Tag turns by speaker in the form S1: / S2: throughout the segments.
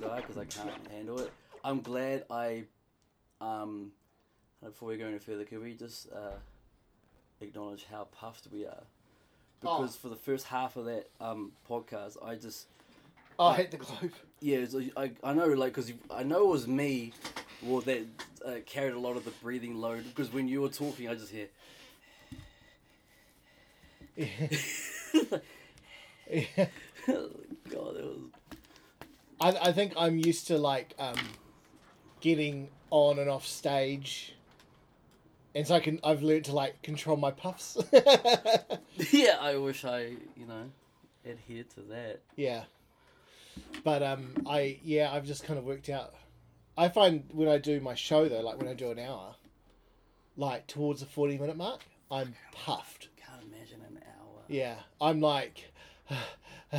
S1: can't handle it. I'm glad I, um, before we go any further, can we just uh, acknowledge how puffed we are? Because for the first half of that um, podcast, I just
S2: Oh, I hate the globe.
S1: yeah, it's, like- I, I know, like, because I know it was me well, that uh, carried a lot of the breathing load. Because when you were talking, I just hear. God, it was.
S2: I, I think I'm used to like um, getting on and off stage, and so I can I've learned to like control my puffs.
S1: Yeah, I wish I, you know, adhered to that.
S2: yeah, but um, I yeah I've just kind of worked out. I find when I do my show though, like when I do an hour, like towards the forty minute mark, I'm puffed.
S1: Can't imagine an hour.
S2: Yeah, I'm like,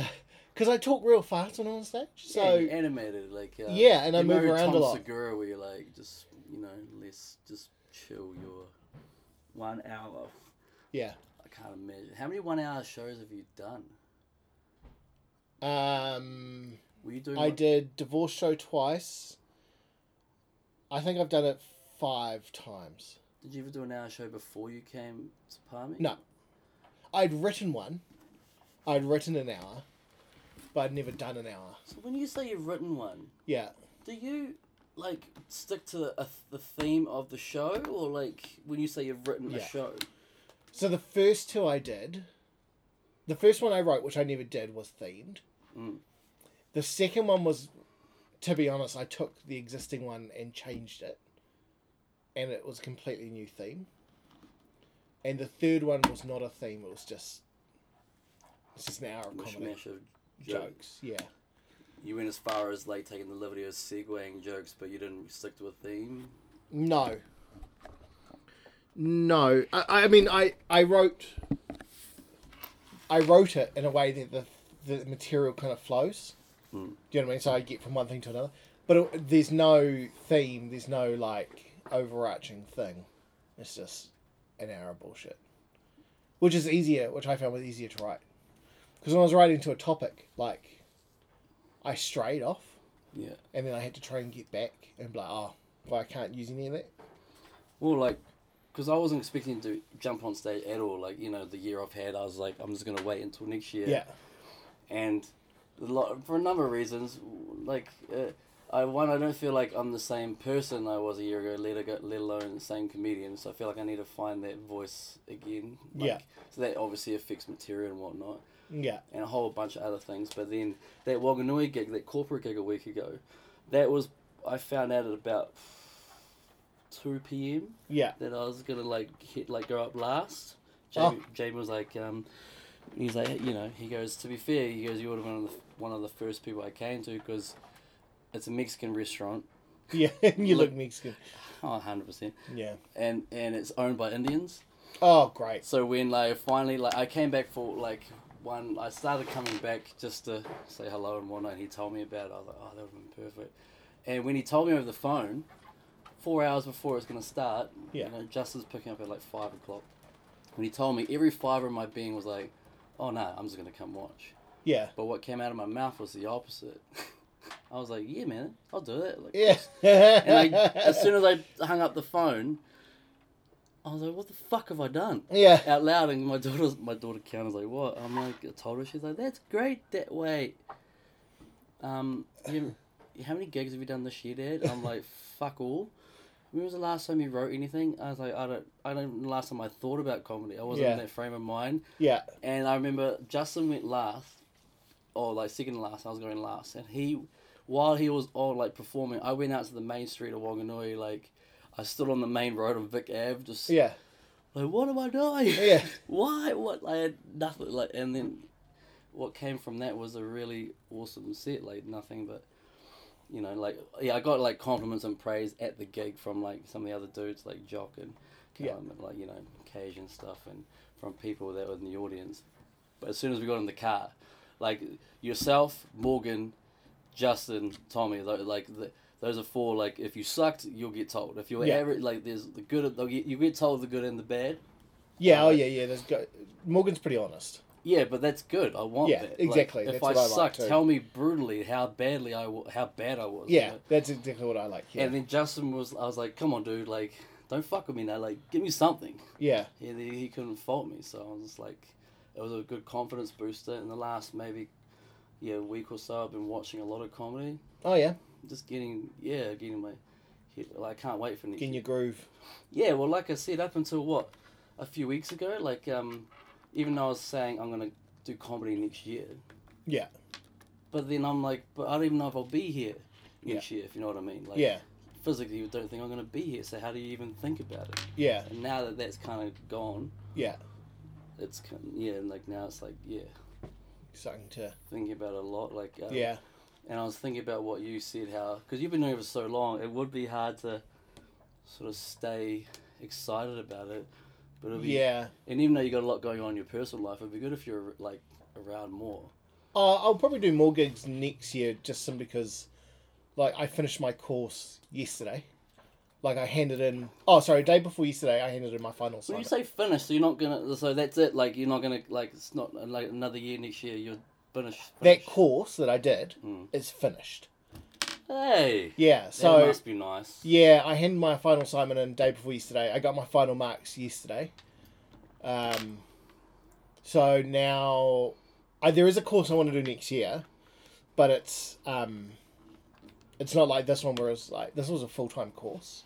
S2: because I talk real fast when I'm on stage. So
S1: Yeah, animated, like uh,
S2: Yeah, and I
S1: you
S2: move
S1: know
S2: around a
S1: Tom
S2: lot.
S1: Segura, where you're like, just you know, let's just chill your one hour.
S2: yeah,
S1: I can't imagine how many one-hour shows have you done.
S2: um,
S1: Were you doing?
S2: I
S1: one-
S2: did divorce show twice. I think I've done it five times.
S1: Did you ever do an hour show before you came to Palmy?
S2: No. I'd written one. I'd written an hour, but I'd never done an hour.
S1: So when you say you've written one,
S2: Yeah.
S1: do you like stick to a, the theme of the show, or like when you say you've written
S2: Yeah.
S1: a show?
S2: So the first two I did, the first one I wrote, which I never did, was themed.
S1: Mm.
S2: The second one was, to be honest, I took the existing one and changed it, and it was a completely new theme. And the third one was not a theme; it was just, it's just an hour of
S1: Mishmash
S2: comedy
S1: of jokes.
S2: jokes. Yeah,
S1: You went as far as like taking the liberty of segueing jokes, but you didn't stick to a theme.
S2: no, no. I, I mean, I I wrote, I wrote it in a way that the the material kind of flows.
S1: Mm.
S2: Do you know what I mean? So I get from one thing to another. But it, there's no theme, there's no like overarching thing. It's just an hour of bullshit. Which is easier, which I found was easier to write. Because when I was writing to a topic, like, I strayed off
S1: Yeah.
S2: and then I had to try and get back and be like, oh, well, I can't use any of that.
S1: Well, like, because I wasn't expecting to jump on stage at all. Like, you know, the year I've had, I was like, I'm just gonna wait until next year.
S2: Yeah.
S1: And a lot for a number of reasons, like, uh, I one I don't feel like I'm the same person I was a year ago. Let go, let alone the same comedian. So I feel like I need to find that voice again. Like,
S2: Yeah.
S1: So that obviously affects material and whatnot.
S2: Yeah.
S1: and a whole bunch of other things. But then that Waganui gig, that corporate gig a week ago, that was I found out at about two p.m.
S2: Yeah.
S1: that I was gonna like hit like go up last.
S2: Oh.
S1: Jamie, Jamie was like, um, he's like, you know, he goes. To be fair, he goes, you would have been one of the, one of the first people I came to because it's a Mexican restaurant,
S2: Yeah. you look
S1: Look-
S2: Mexican.
S1: oh, 100 percent,
S2: Yeah.
S1: and and it's owned by Indians.
S2: Oh, great.
S1: So when like finally like I came back for like one, I started coming back just to say hello and whatnot. And he told me about it. I was like, oh, that would have been perfect. And when he told me over the phone, four hours before it was gonna start,
S2: Yeah.
S1: you know, Justin's picking up at like five o'clock. When he told me, every fiber of my being was like, oh no, I'm just gonna come watch.
S2: Yeah.
S1: But what came out of my mouth was the opposite. I was like, yeah, man, I'll do it. Like,
S2: Yeah.
S1: And I, as soon as I hung up the phone, I was like, what the fuck have I done?
S2: yeah.
S1: out loud, and my daughter's my daughter Kiana's like, "What?" I'm like, I told her. She's like, "That's great that way." Um, you, how many gigs have you done this year, Dad? I'm like, "Fuck all." When was the last time you wrote anything? I was like, "I don't, I don't." The last time I thought about comedy, I wasn't
S2: Yeah.
S1: in that frame of mind.
S2: Yeah.
S1: And I remember Justin went last, or like second to last. I was going last, and he, while he was on like performing, I went out to the main street of Wanganui. Like, I stood on the main road of Vic Ave, just
S2: Yeah.
S1: like what am I doing?
S2: Yeah.
S1: Why? What? I had nothing. Like, and then what came from that was a really awesome set. Like nothing but, you know, like yeah, I got like compliments and praise at the gig from like some of the other dudes, like Jock and
S2: Yeah.
S1: Callum, and, like you know, Cage and stuff, and from people that were in the audience. But as soon as we got in the car, like yourself, Morgan, Justin, Tommy, tho- like the, those are four. Like if you sucked, you'll get told. If you're
S2: Yeah.
S1: average, like there's the good. You get told the good and the bad.
S2: Yeah. Oh,
S1: Alright.
S2: yeah. Yeah. There's go- Morgan's pretty honest.
S1: Yeah, but that's good. I want
S2: Yeah,
S1: that. Like,
S2: exactly.
S1: if
S2: That's
S1: I
S2: what I like
S1: suck,
S2: too.
S1: tell me brutally how badly I wa- how bad I was. you
S2: Yeah,
S1: know?
S2: that's exactly what I like. Yeah,
S1: And then Justin was, I was like, come on, dude, like, don't fuck with me now. Like, give me something.
S2: yeah,
S1: And he, he couldn't fault me, so I was just like, it was a good confidence booster. In the last maybe, yeah, week or so, I've been watching a lot of comedy,
S2: oh yeah,
S1: just getting, yeah, getting my, head, like, I can't wait for
S2: get in
S1: Nick.
S2: your groove.
S1: Yeah, well, like I said, up until what, a few weeks ago, like, um, even though I was saying I'm gonna do comedy next year,
S2: Yeah,
S1: but then I'm like, but I don't even know if I'll be here next year, if you know what I mean. Like,
S2: yeah,
S1: physically you don't think I'm gonna be here. So how do you even think about it?
S2: yeah,
S1: And now that that's kind of gone,
S2: yeah.
S1: it's kind yeah, and like now it's like yeah,
S2: Something to
S1: thinking about it a lot. Like uh,
S2: yeah,
S1: And I was thinking about what you said, how because you've been doing it for so long, it would be hard to sort of stay excited about it. But it'd be,
S2: yeah.
S1: And even though you got a lot going on in your personal life, it'd be good if you're like around more.
S2: Uh, I'll probably do more gigs next year, just simply because, like, I finished my course yesterday. Like, I handed in. Oh, sorry, day before yesterday, I handed in my final.
S1: When you
S2: assignment.
S1: say finish, so you're not gonna. So that's it. Like you're not gonna like it's not uh, like another year next year. You're finished.
S2: that
S1: finished.
S2: course that I did
S1: Mm.
S2: is finished.
S1: Hey.
S2: Yeah,
S1: So
S2: so
S1: must be nice.
S2: yeah, I handed my final assignment in day before yesterday. I got my final marks yesterday. Um, so now, I, there is a course I want to do next year, but it's um, it's not like this one where it's like this was a full time course,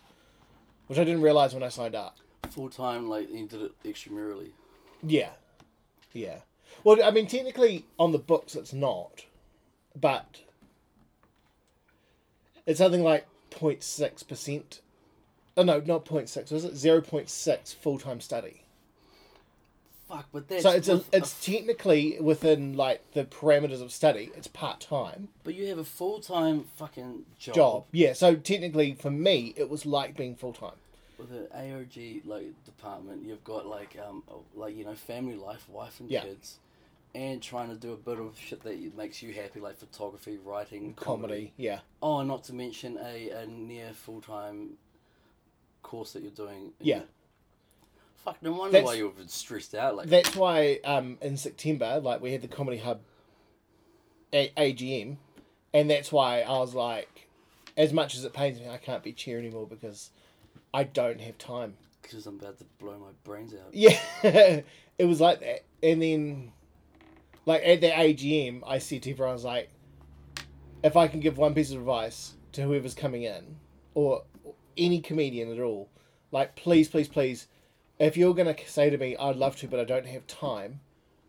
S2: which I didn't realize when I signed up.
S1: Full time, like he did it extramurally.
S2: Yeah, yeah. Well, I mean, technically on the books it's not, but it's something like 06 percent. Oh no, not 0.6, Was it zero point six full time study?
S1: Fuck, but that's
S2: so it's a,
S1: with
S2: it's technically within like the parameters of study. It's part time
S1: but you have a full time fucking job,
S2: job. Yeah. So technically, for me, it was like being full time.
S1: with an AOG like department. You've got like um like you know family life, wife and
S2: Yeah.
S1: kids, and trying to do a bit of shit that you- makes you happy, like photography, writing,
S2: Comedy.
S1: comedy.
S2: Yeah.
S1: Oh, and not to mention a, a near full time course that you're doing.
S2: Yeah.
S1: Fuck, no wonder
S2: That's-
S1: why you've been stressed out like
S2: That's why um, in September, like we had the Comedy Hub a- AGM, and that's why I was like, as much as it pains me, I can't be chair anymore because I don't have time.
S1: because I'm about to blow my brains out.
S2: Yeah, it was like that. And then, like at the AGM, I said to everyone, I was like, if I can give one piece of advice to whoever's coming in, or any comedian at all, like please, please, please, if you're gonna say to me, I'd love to, but I don't have time,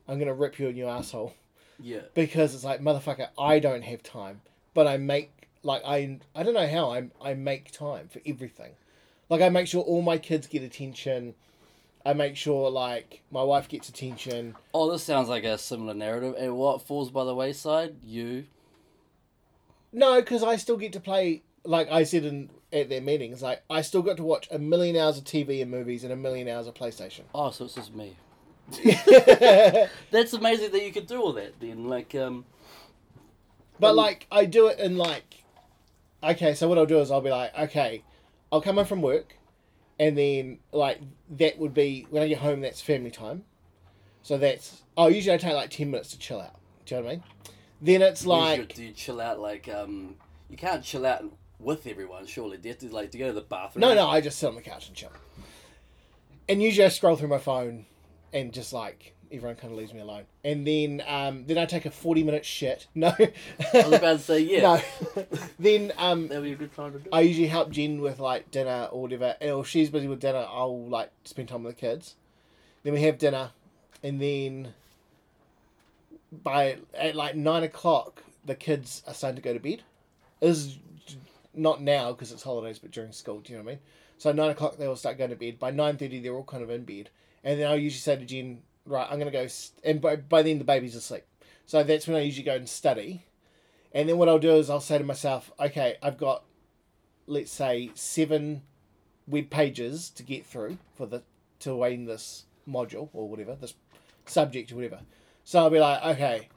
S2: I'm gonna rip you in your asshole
S1: Yeah.
S2: because it's like motherfucker, I don't have time, but I make like I I don't know how I I make time for everything. Like I make sure all my kids get attention. I make sure like my wife gets attention.
S1: Oh, this sounds like a similar narrative. And what falls by the wayside? You.
S2: No, because I still get to play. Like I said in at their meetings, like I still got to watch a million hours of TV and movies and a million hours of PlayStation.
S1: Oh, so it's just me. That's amazing that you could do all that then. Like, um,
S2: But like I do it in like okay, so what I'll do is I'll be like, okay, I'll come home from work and then like that would be when I get home that's family time. So that's oh usually I take like ten minutes to chill out. Do you know what I mean? Then it's
S1: like
S2: like
S1: do you chill out? Like, um, you can't chill out with everyone. Surely, do you have to like to go to the bathroom?
S2: No no, I just sit on the couch and chill. And usually I scroll through my phone and just like everyone kinda leaves me alone. And then um then I take a forty minute shit. No
S1: I was about to say yeah.
S2: No. then um
S1: That would be a good time to do.
S2: I usually help Jen with like dinner or whatever, or if she's busy with dinner, I'll like spend time with the kids. Then we have dinner, and then by at like nine o'clock, the kids are starting to go to bed. Is not now because it's holidays, but during school. Do you know what I mean? So nine o'clock they all start going to bed. By nine thirty, they're all kind of in bed, and then I usually say to Jen, "Right, I'm gonna go," s and by by then the baby's asleep. So that's when I usually go and study, and then what I'll do is I'll say to myself, "Okay, I've got let's say seven web pages to get through for the to aim this module or whatever this subject or whatever so i'll be like okay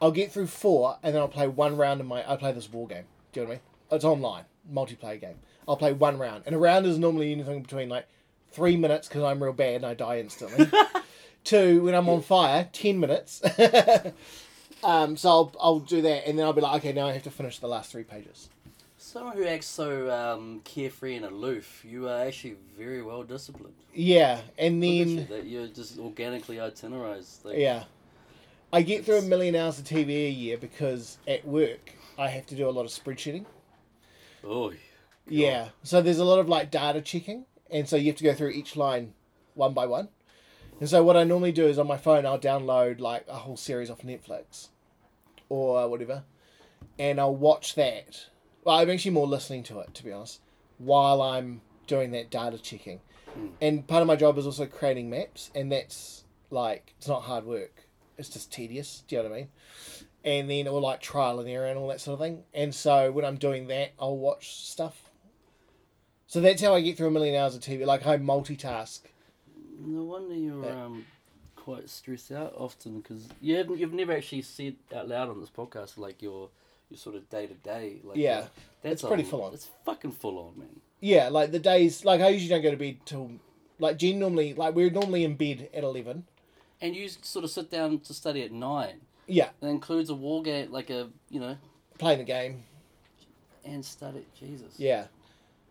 S2: i'll get through four and then i'll play one round of my i play this war game do you know what i mean it's online multiplayer game i'll play one round and a round is normally anything between like three minutes because i'm real bad and i die instantly to when I'm on fire, ten minutes. um, so I'll I'll do that, and then I'll be like, okay, now I have to finish the last three pages.
S1: Someone who acts so um, carefree and aloof, you are actually very well disciplined.
S2: Yeah, and
S1: Look at you,
S2: then
S1: that you're just organically itinerized. Like,
S2: yeah, I get through a
S1: It's-
S2: million hours of TV a year because at work I have to do a lot of spreadsheeting.
S1: Oh,
S2: Yeah. So there's a lot of like data checking, and so you have to go through each line one by one. And so what I normally do is on my phone I'll download like a whole series off Netflix or whatever, and I'll watch that. Well, I'm actually more listening to it to be honest, while I'm doing that data checking. And part of my job is also creating maps, and that's like it's not hard work. It's just tedious. Do you know what I mean? and then or like trial and error and all that sort of thing. And so when I'm doing that, I'll watch stuff. So that's how I get through a million hours of TV. Like I multitask.
S1: no wonder you're
S2: Yeah.
S1: um, quite stressed out often because you haven't, you've never actually said out loud on this podcast like your your sort of day to day. Like
S2: Yeah.
S1: that- that's
S2: It's pretty
S1: a-
S2: full on.
S1: It's fucking full on, man.
S2: Yeah, like the days. Like I usually don't go to bed till like Jen normally like we're normally in bed at eleven.
S1: And you sort of sit down to study at nine.
S2: Yeah,
S1: That includes a war game, like a you know,
S2: playing a game.
S1: and study. Jesus.
S2: Yeah,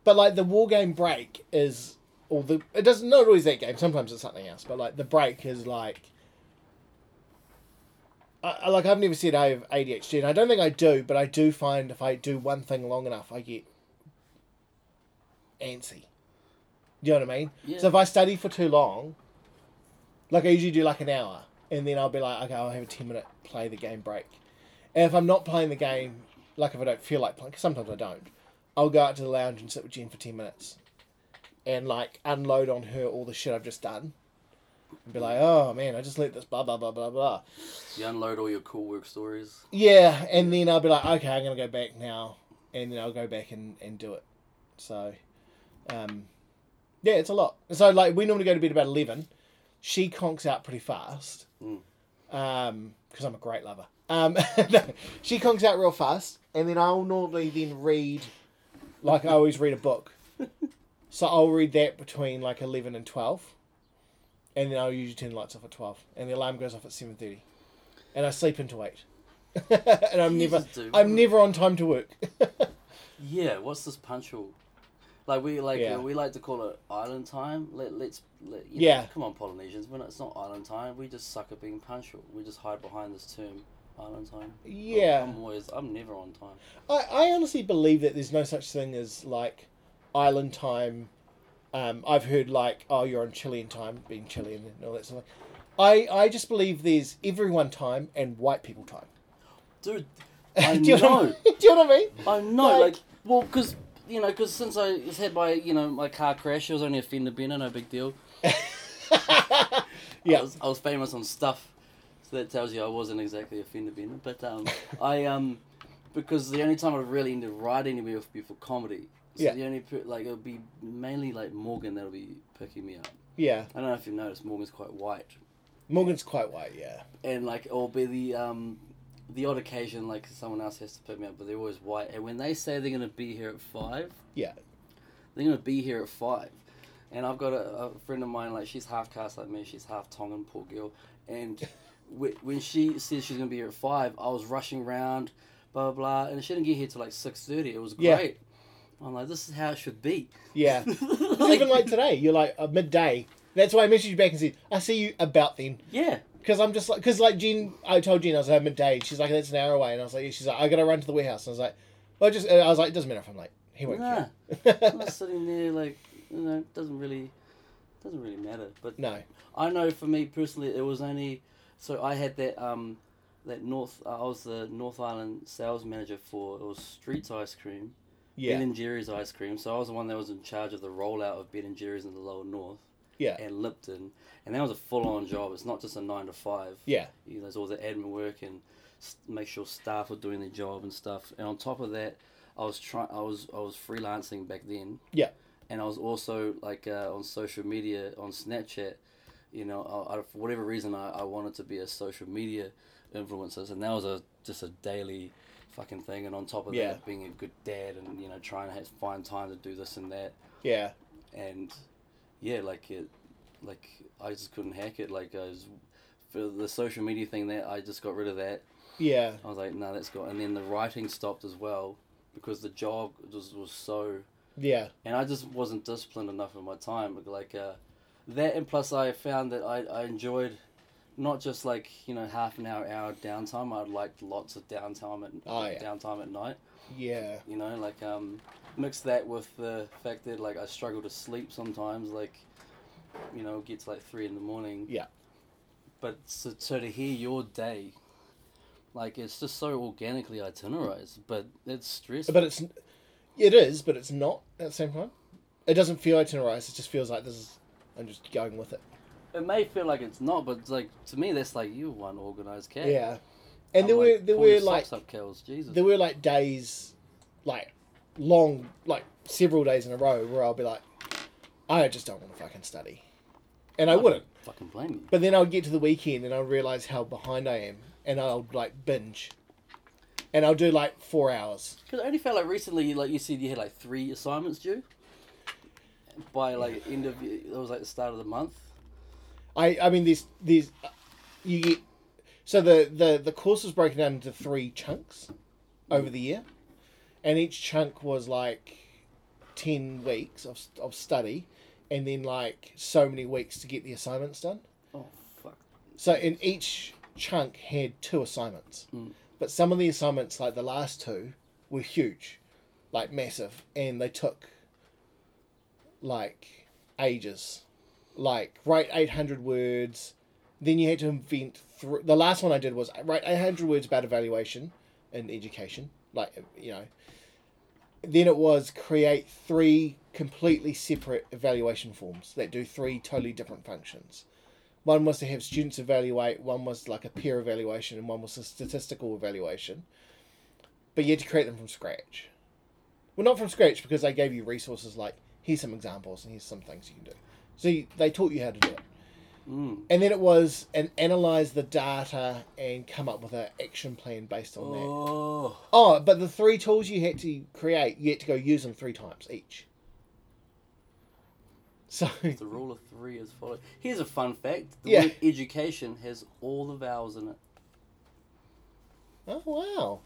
S2: but like the war game break is all the it doesn't not always that game. Sometimes it's something else. But like the break is like. I, I- like I've never said I have ADHD, and I don't think I do, but I do find if I do one thing long enough, I get antsy. You know what I mean?
S1: Yeah.
S2: So if I study for too long, like I usually do like an hour, and then I'll be like, okay, I'll have a ten minute play the game break. And if I'm not playing the game, like if I don't feel like playing, 'cause sometimes I don't, I'll go out to the lounge and sit with Jen for ten minutes, and like unload on her all the shit I've just done, and be like, oh man, I just let this blah blah blah blah blah.
S1: You unload all your cool work stories.
S2: Yeah, and then I'll be like, okay, I'm gonna go back now, and then I'll go back and, and do it. So, um, yeah, it's a lot. So like we normally go to bed about eleven. She conks out pretty fast,
S1: Mm.
S2: um, because I'm a great lover. Um, no, she conks out real fast, and then I'll normally then read, like I always read a book. so I'll read that between like eleven and twelve, and then I'll usually turn the lights off at twelve, and the alarm goes off at seven thirty, and I sleep into eight. and I'm never,
S1: Jesus, dude.
S2: I'm never on time to work.
S1: Yeah, what's this punctual? Like we like
S2: Yeah.
S1: uh, we like to call it island time. Let let's let, you know,
S2: Yeah.
S1: Come on, Polynesians. We're not, it's not island time. We just suck at being punctual. We just hide behind this term island time.
S2: yeah.
S1: I'm always. I'm never on time.
S2: I, I honestly believe that there's no such thing as like island time. Um, I've heard like, oh, you're on Chilean time, being Chilean and all that sort of thing. I, I just believe there's everyone time and white people time.
S1: Dude, I
S2: Do you know,
S1: know.
S2: What I mean? Do you know what I mean?
S1: I know.
S2: Like-
S1: Like, well, 'cause you know, 'cause since I was had my you know my car crash, it was only a fender bender, no big deal. I
S2: Yeah.
S1: was, I was famous on stuff, so that tells you I wasn't exactly a fender bender. But um, I um, because the only time I really ended writing anywhere would be for comedy. So
S2: Yeah.
S1: The only per- like it'll be mainly like Morgan that'll be picking me up.
S2: Yeah.
S1: I don't know if you noticed Morgan's quite white,
S2: Morgan's quite white, yeah.
S1: and like it'll be the um, the odd occasion like someone else has to pick me up, but they're always white. And when they say they're gonna be here at five,
S2: Yeah.
S1: they're gonna be here at five. And I've got a, a friend of mine, like she's half caste like me, she's half Tongan, poor girl. And wh- when she says she's gonna be here at five, I was rushing around, blah blah, blah and she didn't get here till like six thirty. It was
S2: Yeah.
S1: great. I'm like, this is how it should be.
S2: Yeah. It's even like today, you're like uh, midday. That's why I messaged you back and said, I see you about then.
S1: yeah,
S2: Because I'm just like, because like Jen, I told Jen I was at midday. and She's like, that's an hour away, and I was like, yeah. she's like, I gotta run to the warehouse. And I was like, well, just I was like, it doesn't matter if I'm late. He won't
S1: nah.
S2: care.
S1: I'm just sitting there like, you know, it doesn't really, doesn't really matter. But
S2: no.
S1: I know for me personally, it was only so I had that um that North. uh, I was the North Island sales manager for it was Streets Ice Cream,
S2: Yeah.
S1: Ben and Jerry's ice cream. So I was the one that was in charge of the rollout of Ben and Jerry's in the Lower North.
S2: Yeah.
S1: And Lipton, and that was a full-on job. It's not just a nine to five.
S2: yeah.
S1: You know, there's all the admin work and s- make sure staff are doing their job and stuff. And on top of that, I was trying. I was I was freelancing back then.
S2: Yeah.
S1: And I was also like uh, on social media on Snapchat. You know, I, I, for whatever reason, I, I wanted to be a social media influencer, and that was a just a daily fucking thing. And on top of
S2: Yeah.
S1: that, being a good dad and you know trying to ha- find time to do this and that
S2: Yeah.
S1: and yeah, like it, like I just couldn't hack it. Like I was for the social media thing that I just got rid of that.
S2: Yeah.
S1: I was like, no, that's got. And then the writing stopped as well because the job just was so.
S2: Yeah.
S1: And I just wasn't disciplined enough in my time. Like uh, that, and plus I found that I I enjoyed. Not just like you know half an hour, hour downtime. I liked lots of downtime at
S2: Oh, yeah.
S1: downtime at night
S2: Yeah.
S1: you know like um mix that with the fact that like i struggle to sleep sometimes like you know it gets like three in the morning
S2: Yeah.
S1: but so, so to hear your day like it's just so organically itinerized but it's stressful
S2: But it's it is, but it's not at the same time. It doesn't feel itinerized. It just feels like this is. I'm just going with it.
S1: it may feel like it's not but like to me that's like you one organized cat
S2: Yeah. And
S1: I'm,
S2: there were
S1: like,
S2: there
S1: pulling
S2: were
S1: your
S2: like
S1: socks up Kels, jesus
S2: there were like days, like long, like several days in a row where I'll be like, I just don't want to fucking study, and I
S1: don't
S2: wouldn't.
S1: fucking blame you
S2: But then I'll get to the weekend and I'll realize how behind I am, and I'll like binge, and I'll do like four hours.
S1: Because I only felt like recently, like you said, you had like three assignments due. By like end of it was like the start of the month.
S2: I I mean these these, you get so the the the course was broken down into three chunks, over the year, and each chunk was like ten weeks of of study, and then like so many weeks to get the assignments done.
S1: Oh fuck!
S2: So in each chunk had two assignments,
S1: Mm.
S2: but some of the assignments, like the last two, were huge, like massive, and they took like ages, like write eight hundred words. Then you had to invent. Th- the last one I did was write eight hundred words about evaluation in education, like you know. Then it was create three completely separate evaluation forms that do three totally different functions one was to have students evaluate, one was like a peer evaluation, and one was a statistical evaluation. But you had to create them from scratch. Well, not from scratch because they gave you resources like here's some examples and here's some things you can do. So you, they taught you how to do it.
S1: Mm.
S2: And then it was and analyze the data and come up with an action plan based on that.
S1: Oh,
S2: Oh, but the three tools you had to create, you had to go use them three times each. So
S1: the rule of three is followed. Here's a fun fact: the
S2: Yeah.
S1: word education has all the vowels in it.
S2: oh wow.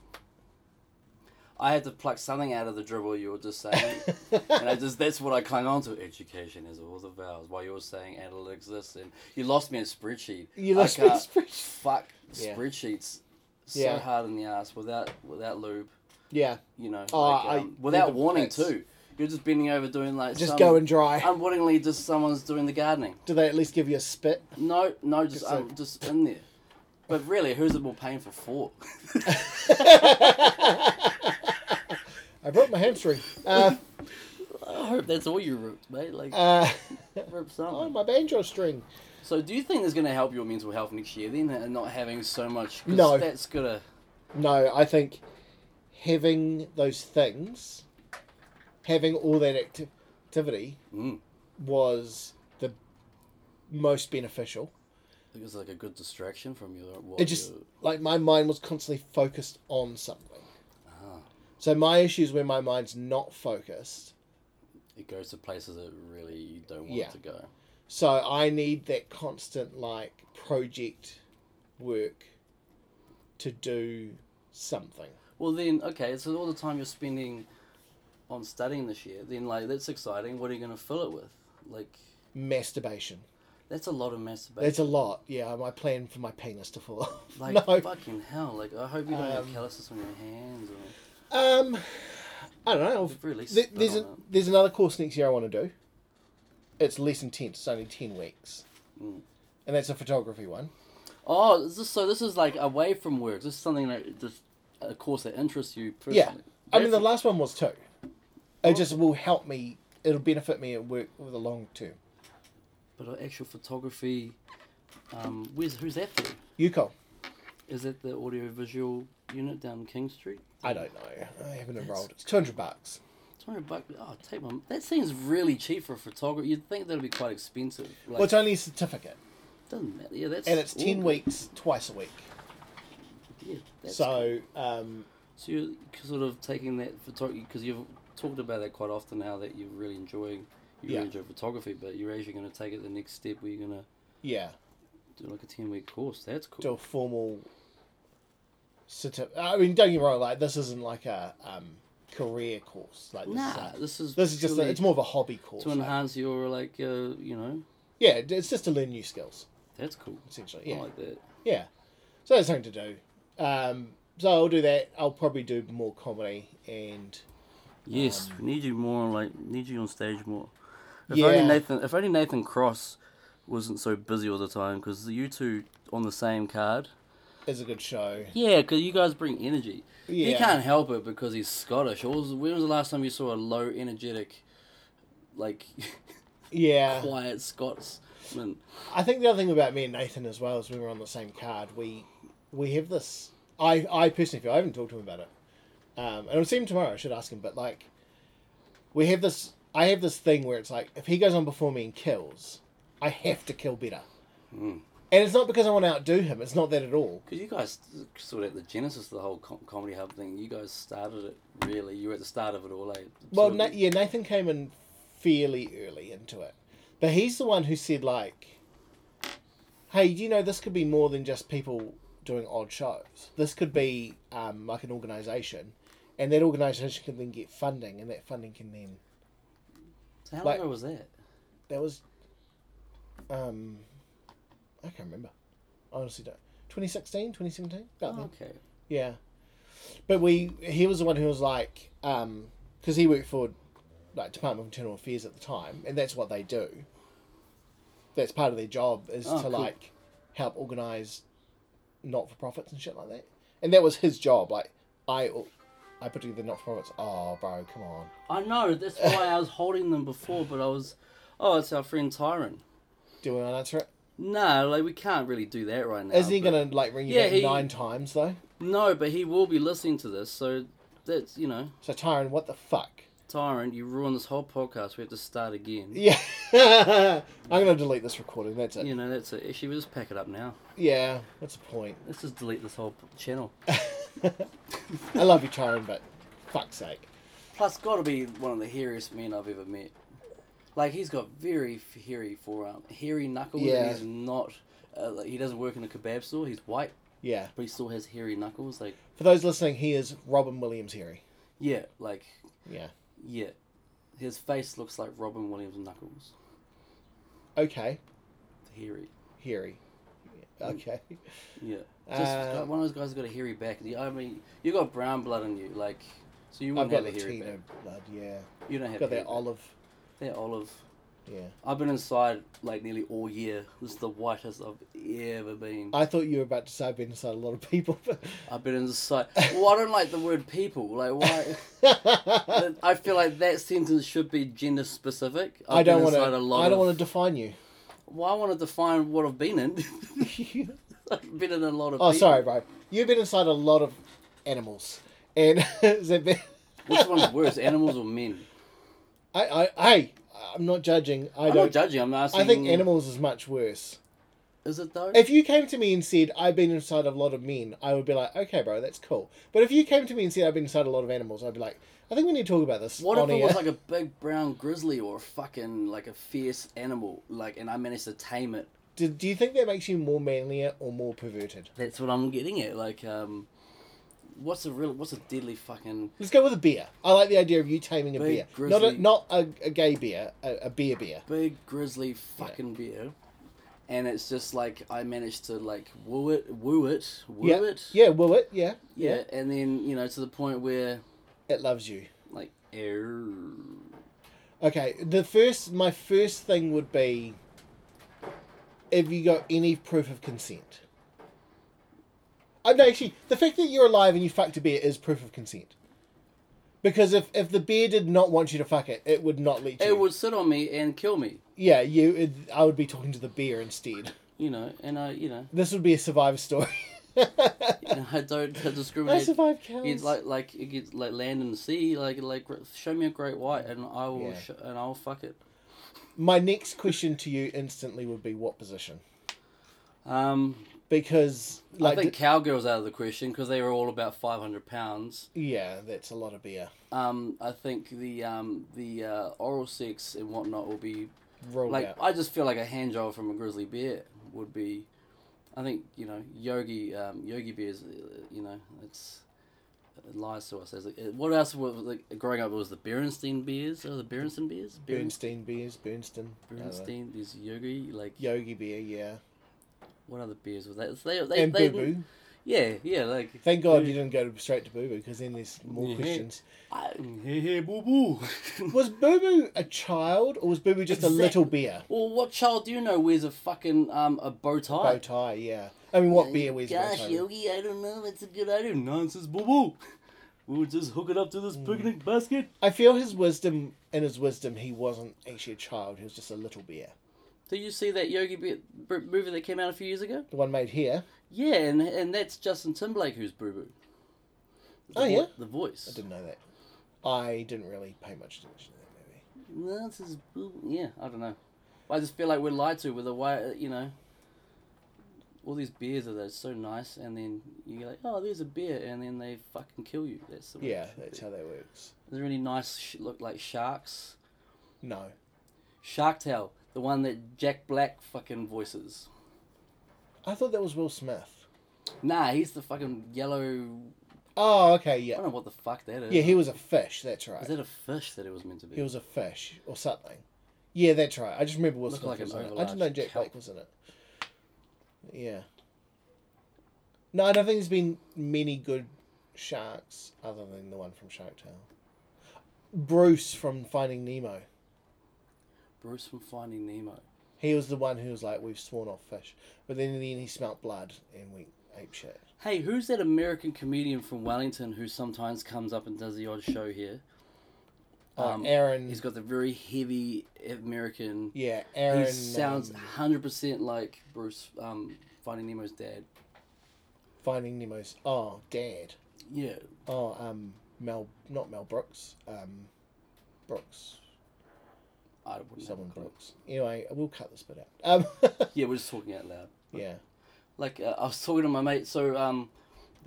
S1: I had to pluck something out of the dribble you were just saying, and I just that's what I clung on to. Education has all the vowels. While you were saying analytics this, and you lost me in spreadsheet.
S2: You
S1: I
S2: lost me in
S1: can't-
S2: spreadsheet.
S1: Fuck
S2: Yeah.
S1: spreadsheets, so
S2: Yeah.
S1: hard in the ass without without lube.
S2: Yeah.
S1: you know,
S2: Oh,
S1: like,
S2: I-
S1: um, without
S2: the-
S1: warning
S2: that's-
S1: too. You're just bending over doing like
S2: Just
S1: some-
S2: go and dry.
S1: unwittingly just someone's doing the gardening.
S2: Do they at least give you a spit?
S1: No, no, just
S2: Just like-
S1: um, just in there. But really, who's it more painful for?
S2: I broke my hamstring. Uh,
S1: I hope that's all you ripped, mate. Like
S2: uh,
S1: rip
S2: oh,
S1: something.
S2: my banjo string.
S1: So, do you think that's going to help your mental health next year then, and not having so much? 'cause
S2: No.
S1: that's gonna.
S2: No, I think having those things, having all that acti- activity
S1: Mm,
S2: was the most beneficial.
S1: it was like a good distraction from your. What
S2: It just,
S1: your-
S2: like, my mind was constantly focused on something.
S1: ah,
S2: So my issue is when my mind's not focused.
S1: it goes to places that really you don't want
S2: Yeah.
S1: it to go.
S2: So I need that constant like project work to do something.
S1: Well, then, okay, so all the time you're spending on studying this year, then, like, that's exciting. What are you going to fill it with? Like,
S2: Masturbation.
S1: that's a lot of masturbation.
S2: That's a lot. Yeah, my plan for my penis to fall off.
S1: like,
S2: no.
S1: fucking hell. Like, I hope you don't
S2: Um,
S1: have calluses on your hands. Or...
S2: Um, I don't know.
S1: They've really
S2: Th-
S1: spun
S2: there's a,
S1: on it.
S2: there's another course next year I want to do. It's less intense. It's only ten weeks,
S1: Mm.
S2: and that's a photography one.
S1: Oh, is this, so this is, like, away from work. This is something that, just a course that interests you personally.
S2: Yeah, I mean the
S1: That's-
S2: last one was too. It just will help me. It'll benefit me at work with the long term.
S1: But uh, actual photography, um, where's, who's that for?
S2: Yuko.
S1: Is that the audiovisual unit down King Street?
S2: I don't know. I haven't enrolled. It's two hundred bucks.
S1: Two hundred bucks. Oh, take my. That seems really cheap for a photographer. You'd think that'd be quite expensive. Like,
S2: Well, it's only a certificate,
S1: doesn't matter. Yeah, that's
S2: and it's ten
S1: all-
S2: weeks, twice a week.
S1: Yeah, that's cool.
S2: So, um,
S1: so you're sort of taking that photography because you've talked about that quite often now that you really enjoy you
S2: Yeah.
S1: really enjoy photography, but you're actually going to take it the next step where you're going to
S2: Yeah,
S1: do like a 10 week course. That's cool.
S2: do a formal. Certi- I mean, don't get me wrong. Like this isn't like a um, career course. Like this
S1: Nah,
S2: is a,
S1: this is
S2: this is just a,
S1: purely
S2: it's more of a hobby course.
S1: to
S2: like-
S1: enhance your like uh, you know
S2: yeah, it's just to learn new skills
S1: that's cool.
S2: essentially.
S1: I
S2: Yeah,
S1: like that.
S2: yeah. So that's something to do. Um, so I'll do that. I'll probably do more comedy and
S1: Yes,
S2: Um,
S1: we need you more like need you on stage more. If
S2: Yeah.
S1: only Nathan, if only Nathan Cross wasn't so busy all the time, because you two on the same card.
S2: is a good show.
S1: Yeah, because you guys bring energy. He
S2: Yeah.
S1: can't help it because he's Scottish. What was, when was the last time you saw a low energetic, like
S2: Yeah.
S1: quiet Scotsman?
S2: I think the other thing about me and Nathan as well is we were on the same card. We we have this. I I personally feel I haven't talked to him about it. Um, and I'll see him tomorrow. I should ask him. But like, we have this. I have this thing where it's like if he goes on before me and kills, I have to kill better. And it's not because I want to outdo him. It's not that at all.
S1: Because you guys sort of at the genesis of the whole com- comedy hub thing. You guys started it really. You were at the start of it all. Like,
S2: Well,
S1: sort of-
S2: Na- yeah, Nathan came in fairly early into it, but he's the one who said like, "Hey, you know this could be more than just people doing odd shows. This could be um, like an organisation, and that organisation can then get funding, and that funding can then
S1: so how long
S2: like-
S1: ago was that?
S2: that was, um, I can't remember. I honestly don't. 2016, 2017? About
S1: Oh,
S2: then.
S1: okay.
S2: Yeah, but we he was the one who was like, because he worked for like Department of Internal Affairs at the time, and that's what they do. That's part of their job is
S1: Oh,
S2: to
S1: cool.
S2: like help organize not for profits and shit like that, and that was his job. Like I, I put together not for profits. Oh, bro, come on.
S1: I know. That's why I was holding them before, but I was, oh, it's our friend Tyron.
S2: Do we want to answer it?
S1: No, like we can't really do that right now.
S2: Is he
S1: but-
S2: gonna like ring you
S1: Yeah,
S2: back
S1: he-
S2: nine times though?
S1: No, but he will be listening to this, so that's you know,
S2: So Tyron, what the fuck?
S1: Tyron, you ruined this whole podcast. We have to start again.
S2: Yeah, I'm gonna delete this recording. That's it.
S1: You know, that's it. Actually, we'll just pack it up now.
S2: yeah what's the point?
S1: Let's just delete this whole p- channel.
S2: I love you, Tyron, but fuck's sake.
S1: Plus, got to be one of the hairiest men I've ever met. Like he's got very f- hairy forearm, hairy knuckles.
S2: Yeah.
S1: And he's not. Uh, like, he doesn't work in a kebab store. He's white,
S2: Yeah.
S1: but he still has hairy knuckles. Like
S2: For those listening, he is Robin Williams Harry.
S1: yeah, like
S2: Yeah.
S1: yeah, his face looks like Robin Williams' knuckles.
S2: Okay.
S1: Hairy.
S2: Harry. Okay.
S1: Yeah. Just
S2: Uh,
S1: got- one of those guys got a hairy back. The- I mean, you got brown blood in you, like, so you
S2: I've
S1: wouldn't
S2: got
S1: have a hairy
S2: Latino
S1: back.
S2: blood, yeah.
S1: You don't have
S2: Got
S1: hairy
S2: that
S1: back.
S2: olive.
S1: They're olive.
S2: Yeah.
S1: I've been inside like nearly all year. This is the whitest I've ever been.
S2: I thought you were about to say I've been inside a lot of people, but
S1: I've been inside. Well, I don't like the word people. Like, why? I feel like that sentence should be gender specific. I've
S2: I don't
S1: been
S2: want to.
S1: inside a lot
S2: I don't
S1: of-
S2: want to define you.
S1: Well, I want to define what I've been in. I've been in a lot of.
S2: oh,
S1: people.
S2: sorry, bro. You've been inside a lot of animals, and is that bad?
S1: Which one's worse, animals or men?
S2: I, I, hey, I'm not judging. I
S1: I'm
S2: don't.
S1: not judging. I'm asking.
S2: I think animals is much worse.
S1: Is it though?
S2: If you came to me and said I've been inside a lot of men, I would be like, okay, bro, that's cool. But if you came to me and said I've been inside a lot of animals, I'd be like, I think we need to talk about this.
S1: What
S2: on
S1: if it
S2: air.
S1: was like a big brown grizzly or a fucking like a fierce animal, like, and I managed to tame it?
S2: do, do you think that makes you more manlier or more perverted?
S1: That's what I'm getting at. Like, um, what's a real, what's a deadly fucking?
S2: Let's go with a beer. I like the idea of you taming a
S1: Big
S2: beer, not a
S1: grizzly.
S2: not a, a gay beer, a, a beer beer.
S1: big grizzly fucking bear, and it's just like I managed to like woo it, woo it, woo
S2: yeah,
S1: it,
S2: yeah, will it? Yeah,
S1: yeah, and then you know to the point where
S2: it loves you.
S1: like air.
S2: Okay, the first, my first thing would be, have you got any proof of consent? I no, actually, the fact that you're alive and you fucked a bear is proof of consent. Because if, if the bear did not want you to fuck it, it would not let you.
S1: It would sit on me and kill me,
S2: Yeah, you. It, I would be talking to the bear instead.
S1: you know, and I, you know,
S2: This would be a survivor story.
S1: and I don't
S2: I
S1: discriminate.
S2: survived cows.
S1: It's like like it gets like land and sea like like show me a great white and I will
S2: Yeah.
S1: sh- and I'll fuck it.
S2: My next question to you instantly would be what position?
S1: Um,
S2: Because Like,
S1: I think cowgirls out of the question because they were all about five hundred pounds.
S2: d- yeah, that's a lot of beer.
S1: Um, I think the um, the uh, oral sex and whatnot will be
S2: Rolled
S1: like.
S2: out.
S1: I just feel like a hand job from a grizzly bear would be. I think you know Yogi um, Yogi bears. uh, You know it's it lies to us. As like, what else was like growing up? It was the Berenstain beers or the Berenstain beers? Berens-
S2: Bernstein beers, Bernstein, I don't know.
S1: Berenstain. There's Yogi. Like
S2: Yogi beer, yeah,
S1: what other beers was that? They, they,
S2: and
S1: they,
S2: Boo Boo.
S1: Yeah, yeah. Like
S2: Thank God you didn't go straight to Boo Boo because then there's more
S1: Yeah.
S2: questions.
S1: I, hey, hey, boo boo.
S2: Was Boo Boo a child or was Boo Boo just a
S1: Exact-
S2: little beer?
S1: well, what child do you know wears a fucking um a bow tie?
S2: Bow tie, yeah. I mean, what beer wears a bow
S1: Gosh,
S2: tie?
S1: Yogi, I don't know. That's a good idea. Nonsense, boo boo. We'll just hook it up to
S2: Mm.
S1: this picnic basket.
S2: I feel his wisdom, in his wisdom, he wasn't actually a child. He was just a little beer.
S1: Did you see that Yogi Bear b- movie that came out a few years ago?
S2: The one made here.
S1: Yeah, and and that's Justin Timberlake who's boo boo. The
S2: Oh,
S1: vo-
S2: yeah?
S1: the voice.
S2: I didn't know that. I didn't really pay much attention to that movie.
S1: Nonsense, boo. Yeah, I don't know. I just feel like we're lied to with the way you know. All these beers are they're so nice, and then you're like, oh, there's a beer, and then they fucking kill you. That's the way it
S2: Yeah,
S1: should
S2: that's
S1: be.
S2: how that works.
S1: There's really nice sh- look like sharks.
S2: No.
S1: Shark Tale, the one that Jack Black fucking voices.
S2: I thought that was Will Smith.
S1: Nah, he's the fucking yellow.
S2: Oh, okay,
S1: I
S2: yeah.
S1: don't know what the fuck that is.
S2: Yeah, he was a fish, that's right.
S1: Is that a fish that it was meant to be?
S2: He was a fish or something. Yeah, that's right. I just remember Will
S1: Looked
S2: Smith
S1: like
S2: was
S1: an
S2: in it. I didn't
S1: overlarge
S2: know Jack
S1: kelp.
S2: Black was in it. Yeah. No, I don't think there's been many good sharks other than the one from Shark Tale. Bruce from Finding Nemo.
S1: Bruce from Finding Nemo.
S2: He was the one who was like, "We've sworn off fish," but then in the end he smelt blood and went ape shit.
S1: Hey, who's that American comedian from Wellington who sometimes comes up and does the odd show here? Um,
S2: Aaron,
S1: He's got the very heavy American.
S2: yeah, Aaron
S1: he sounds
S2: um,
S1: hundred percent like Bruce um, Finding Nemo's dad.
S2: Finding Nemo's. Oh, Dad.
S1: Yeah,
S2: Oh, um, Mel, not Mel Brooks. Um, Brooks.
S1: I wouldn't. have a
S2: Someone
S1: clue.
S2: Brooks. Anyway, we'll cut this bit out. Um,
S1: Yeah, we're just talking out loud.
S2: yeah.
S1: like uh, I was talking to my mate. So um,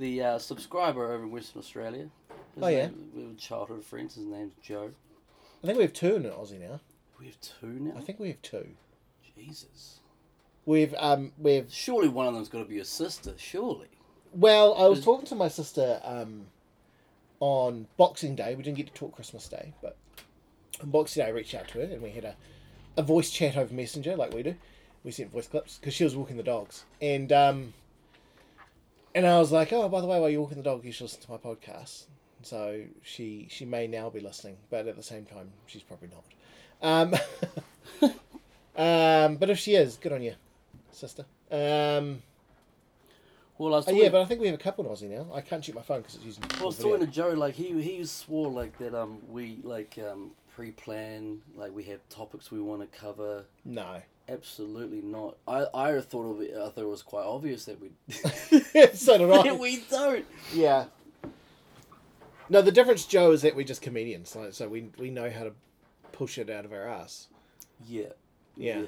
S1: the uh, subscriber over in Western Australia. his
S2: Oh, yeah.
S1: name- we were childhood friends. His name's Joe.
S2: I think we have two in Aussie now.
S1: We have two now.
S2: I think we have two.
S1: Jesus.
S2: We've um we've
S1: Surely one of them's got to be your sister. Surely.
S2: well, I was
S1: Is-
S2: talking to my sister um on Boxing Day. We didn't get to talk Christmas Day, but on Boxing Day I reached out to her and we had a, a voice chat over Messenger like we do. We sent voice clips because she was walking the dogs and um and I was like, oh by the way, while you're walking the dog, you should listen to my podcast. So she she may now be listening, but at the same time, she's probably not. Um, um, but if she is, good on you, sister. Um,
S1: Well, I was
S2: Oh,
S1: talking,
S2: yeah, but I think we have a couple in Aussie now. I can't check my phone because it's using.
S1: I was
S2: video.
S1: talking to Joe. Like he he swore like that. Um, we like um pre-plan. Like we have topics we want to cover.
S2: No,
S1: Absolutely not. I I thought of it, I thought it was quite obvious that we
S2: so did I.
S1: that we don't.
S2: yeah. No, the difference, Joe, is that we're just comedians, like, so we we know how to push it out of our ass.
S1: Yeah.
S2: Yeah.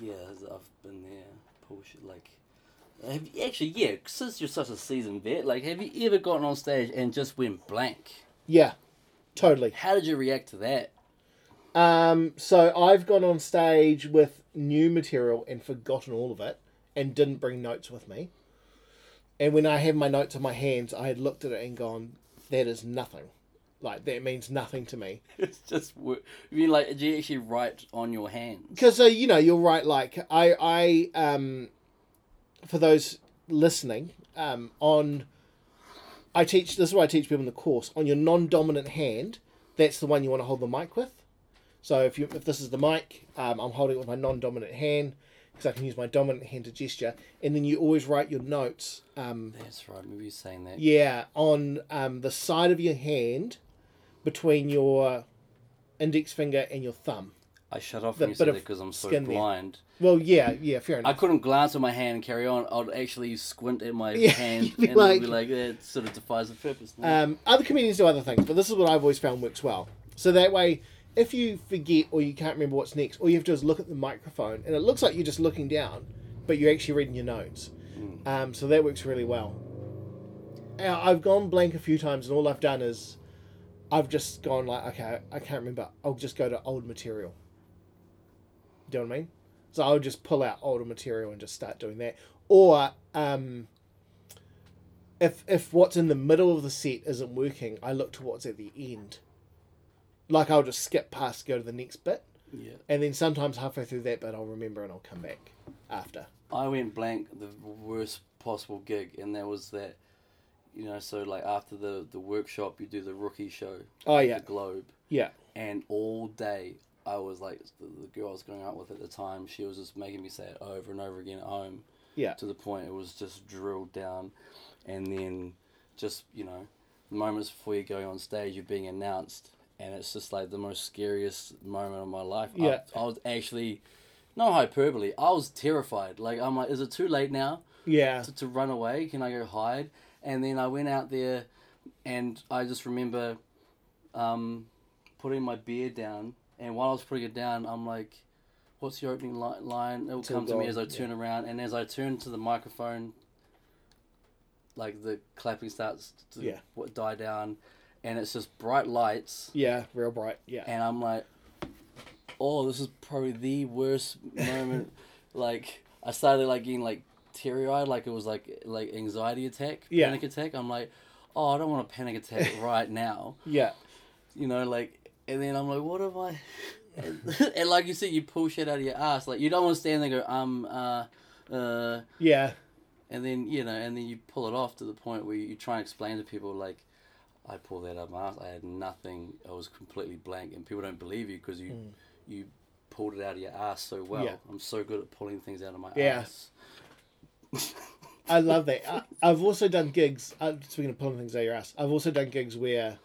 S1: Yeah, yeah, I've been there. Bullshit. Like, have you, actually, yeah, since you're such a seasoned vet, like, have you ever gotten on stage and just went blank?
S2: Yeah, totally.
S1: How did you react to that?
S2: Um, so I've gone on stage with new material and forgotten all of it, and didn't bring notes with me. And when I had my notes in my hands, I had looked at it and gone, "That is nothing. Like that means nothing to me."
S1: It's just, wor- I mean, like, did you actually write on your hand?
S2: because uh, you know you're right like i i um for those listening um on i teach this is what i teach people in the course on your non-dominant hand that's the one you want to hold the mic with so if you if this is the mic um, i'm holding it with my non-dominant hand because i can use my dominant hand to gesture and then you always write your notes um
S1: That's right, maybe you're saying that.
S2: yeah on um the side of your hand between your index finger and your thumb
S1: I shut off
S2: The
S1: when you
S2: bit
S1: said
S2: of
S1: it because I'm so
S2: skin there.
S1: blind.
S2: well yeah yeah fair enough
S1: I couldn't glance at my hand and carry on. I'd actually squint at my
S2: Yeah,
S1: hand
S2: you'd be
S1: and like,
S2: like-
S1: be like, that sort of defies the purpose. doesn't it?
S2: Um, other comedians do other things, but this is what I've always found works well. So that way, if you forget or you can't remember what's next, all you have to do is look at the microphone, and it looks like you're just looking down, but you're actually reading your notes. Um, so that works really well. Yeah, I've gone blank a few times, and all I've done is I've just gone like, okay, I can't remember. I'll just go to old material. Do you know what I mean? So I'll just pull out older material and just start doing that. Or um, if if what's in the middle of the set isn't working, I look to what's at the end. Like I'll just skip past, go to the next bit,
S1: Yeah.
S2: and then sometimes halfway through that bit I'll remember and I'll come back after.
S1: I went blank the worst possible gig, and that was that, you know, so like after the, the workshop, you do the rookie show.
S2: Oh
S1: at
S2: yeah,
S1: The Globe.
S2: yeah.
S1: And all day, I was like, the, the girl I was going out with at the time, she was just making me say it over and over again at home.
S2: Yeah.
S1: To the point it was just drilled down. And then just, you know, moments before you're going on stage, you're being announced. And it's just like the most scariest moment of my life. I-
S2: Yeah.
S1: I, was actually, no hyperbole, I was terrified. Like, I'm like, is it too late now?
S2: Yeah.
S1: to, to run away? Can I go hide? And then I went out there, and I just remember um, putting my beer down. And while I was putting it down, I'm like, "What's your opening li- line?" It'll
S2: Till
S1: come to me
S2: dawn,
S1: as I turn around, and as I turn to the microphone, like the clapping starts to
S2: Yeah.
S1: w- die down, and it's just bright lights,
S2: Yeah. Real bright. Yeah.
S1: and I'm like, "Oh, this is probably the worst moment." like I started like getting like teary eyed, like it was like like anxiety attack,
S2: Yeah.
S1: panic attack. I'm like, "Oh, I don't want a panic attack right now,"
S2: Yeah.
S1: you know, like. And then I'm like, "What am I?" And, like you said, you pull shit out of your ass. Like you don't want to stand there and go, "Um, uh, uh,"
S2: Yeah.
S1: and then you know, and then you pull it off to the point where you try and explain to people like. I pulled that up my ass. I had nothing. I was completely blank, and people don't believe you because you you pulled it out of your ass so well.
S2: Mm. Yeah.
S1: I'm so good at pulling things out of my
S2: Yeah.
S1: ass.
S2: I love that. I, I've also done gigs. Uh, speaking of pulling things out of your ass, I've also done gigs where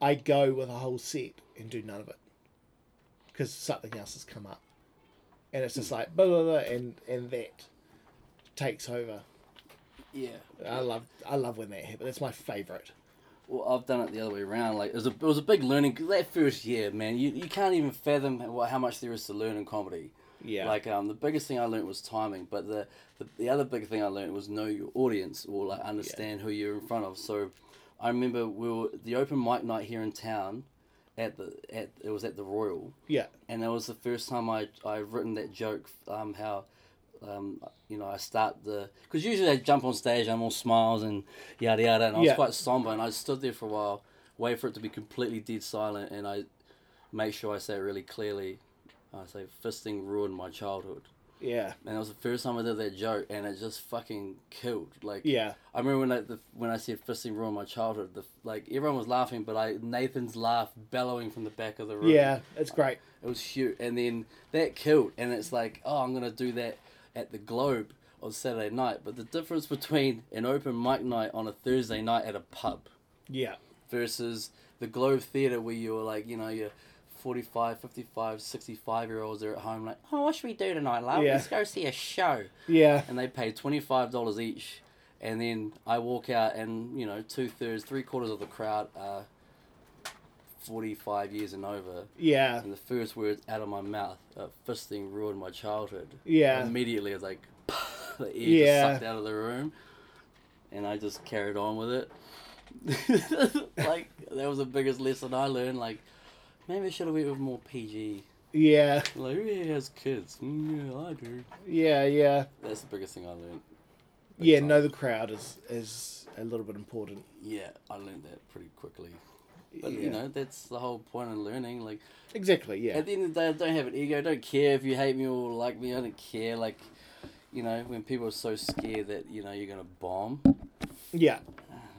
S2: I go with a whole set and do none of it because something else has come up, and it's just like blah blah blah, and and that takes over.
S1: Yeah.
S2: I love I love when that happens. That's my favorite.
S1: Well, I've done it the other way around. Like it was a, it was a big learning. 'cause That first year, man, you, you can't even fathom how, how much there is to learn in comedy.
S2: Yeah.
S1: Like um, the biggest thing I learned was timing, but the, the the other big thing I learned was know your audience or like understand who you're in front of. So, I remember we were the open mic night here in town, at the at it was at the Royal.
S2: yeah.
S1: and that was the first time I I written that joke. Um, how, um, you know, I start the because usually I jump on stage, I'm all smiles and yada yada, and I was
S2: Yeah.
S1: quite somber, and I stood there for a while, wait for it to be completely dead silent, and I make sure I say it really clearly. I say fisting ruined my childhood,
S2: Yeah.
S1: and that was the first time I did that joke, and it just fucking killed. Like
S2: Yeah.
S1: I remember when I the, when I said fisting ruined my childhood, the like everyone was laughing, but I Nathan's laugh bellowing from the back of the room.
S2: Yeah. It's great.
S1: It was huge. And then that killed. And it's like, oh, I'm going to do that at the Globe on Saturday night. But the difference between an open mic night on a Thursday night at a pub
S2: Yeah.
S1: versus the Globe Theatre where you're like, you know, you're 45, 55, 65 year olds are at home like, oh, what should we do tonight, love?
S2: Yeah.
S1: Let's go see a show.
S2: Yeah.
S1: And they pay $25 each. And then I walk out and, you know, two thirds, three quarters of the crowd are 45 years and over.
S2: Yeah.
S1: And the first words out of my mouth, uh, first thing ruined my childhood.
S2: Yeah.
S1: Immediately, I was like, the air
S2: Yeah.
S1: just sucked out of the room. And I just carried on with it. like, that was the biggest lesson I learned. Like, maybe I should have went with more PG.
S2: Yeah.
S1: Like, who here has kids? Mm, yeah, I do.
S2: Yeah. Yeah.
S1: That's the biggest thing I learned.
S2: Yeah. Know the crowd is is a little bit important.
S1: Yeah, I learned that pretty quickly. But,
S2: Yeah.
S1: you know, that's the whole point in learning. Like,
S2: Exactly. Yeah.
S1: At the end of the day, I don't have an ego. I don't care if you hate me or like me. I don't care. Like, you know, when people are so scared that you know you're gonna bomb,
S2: Yeah.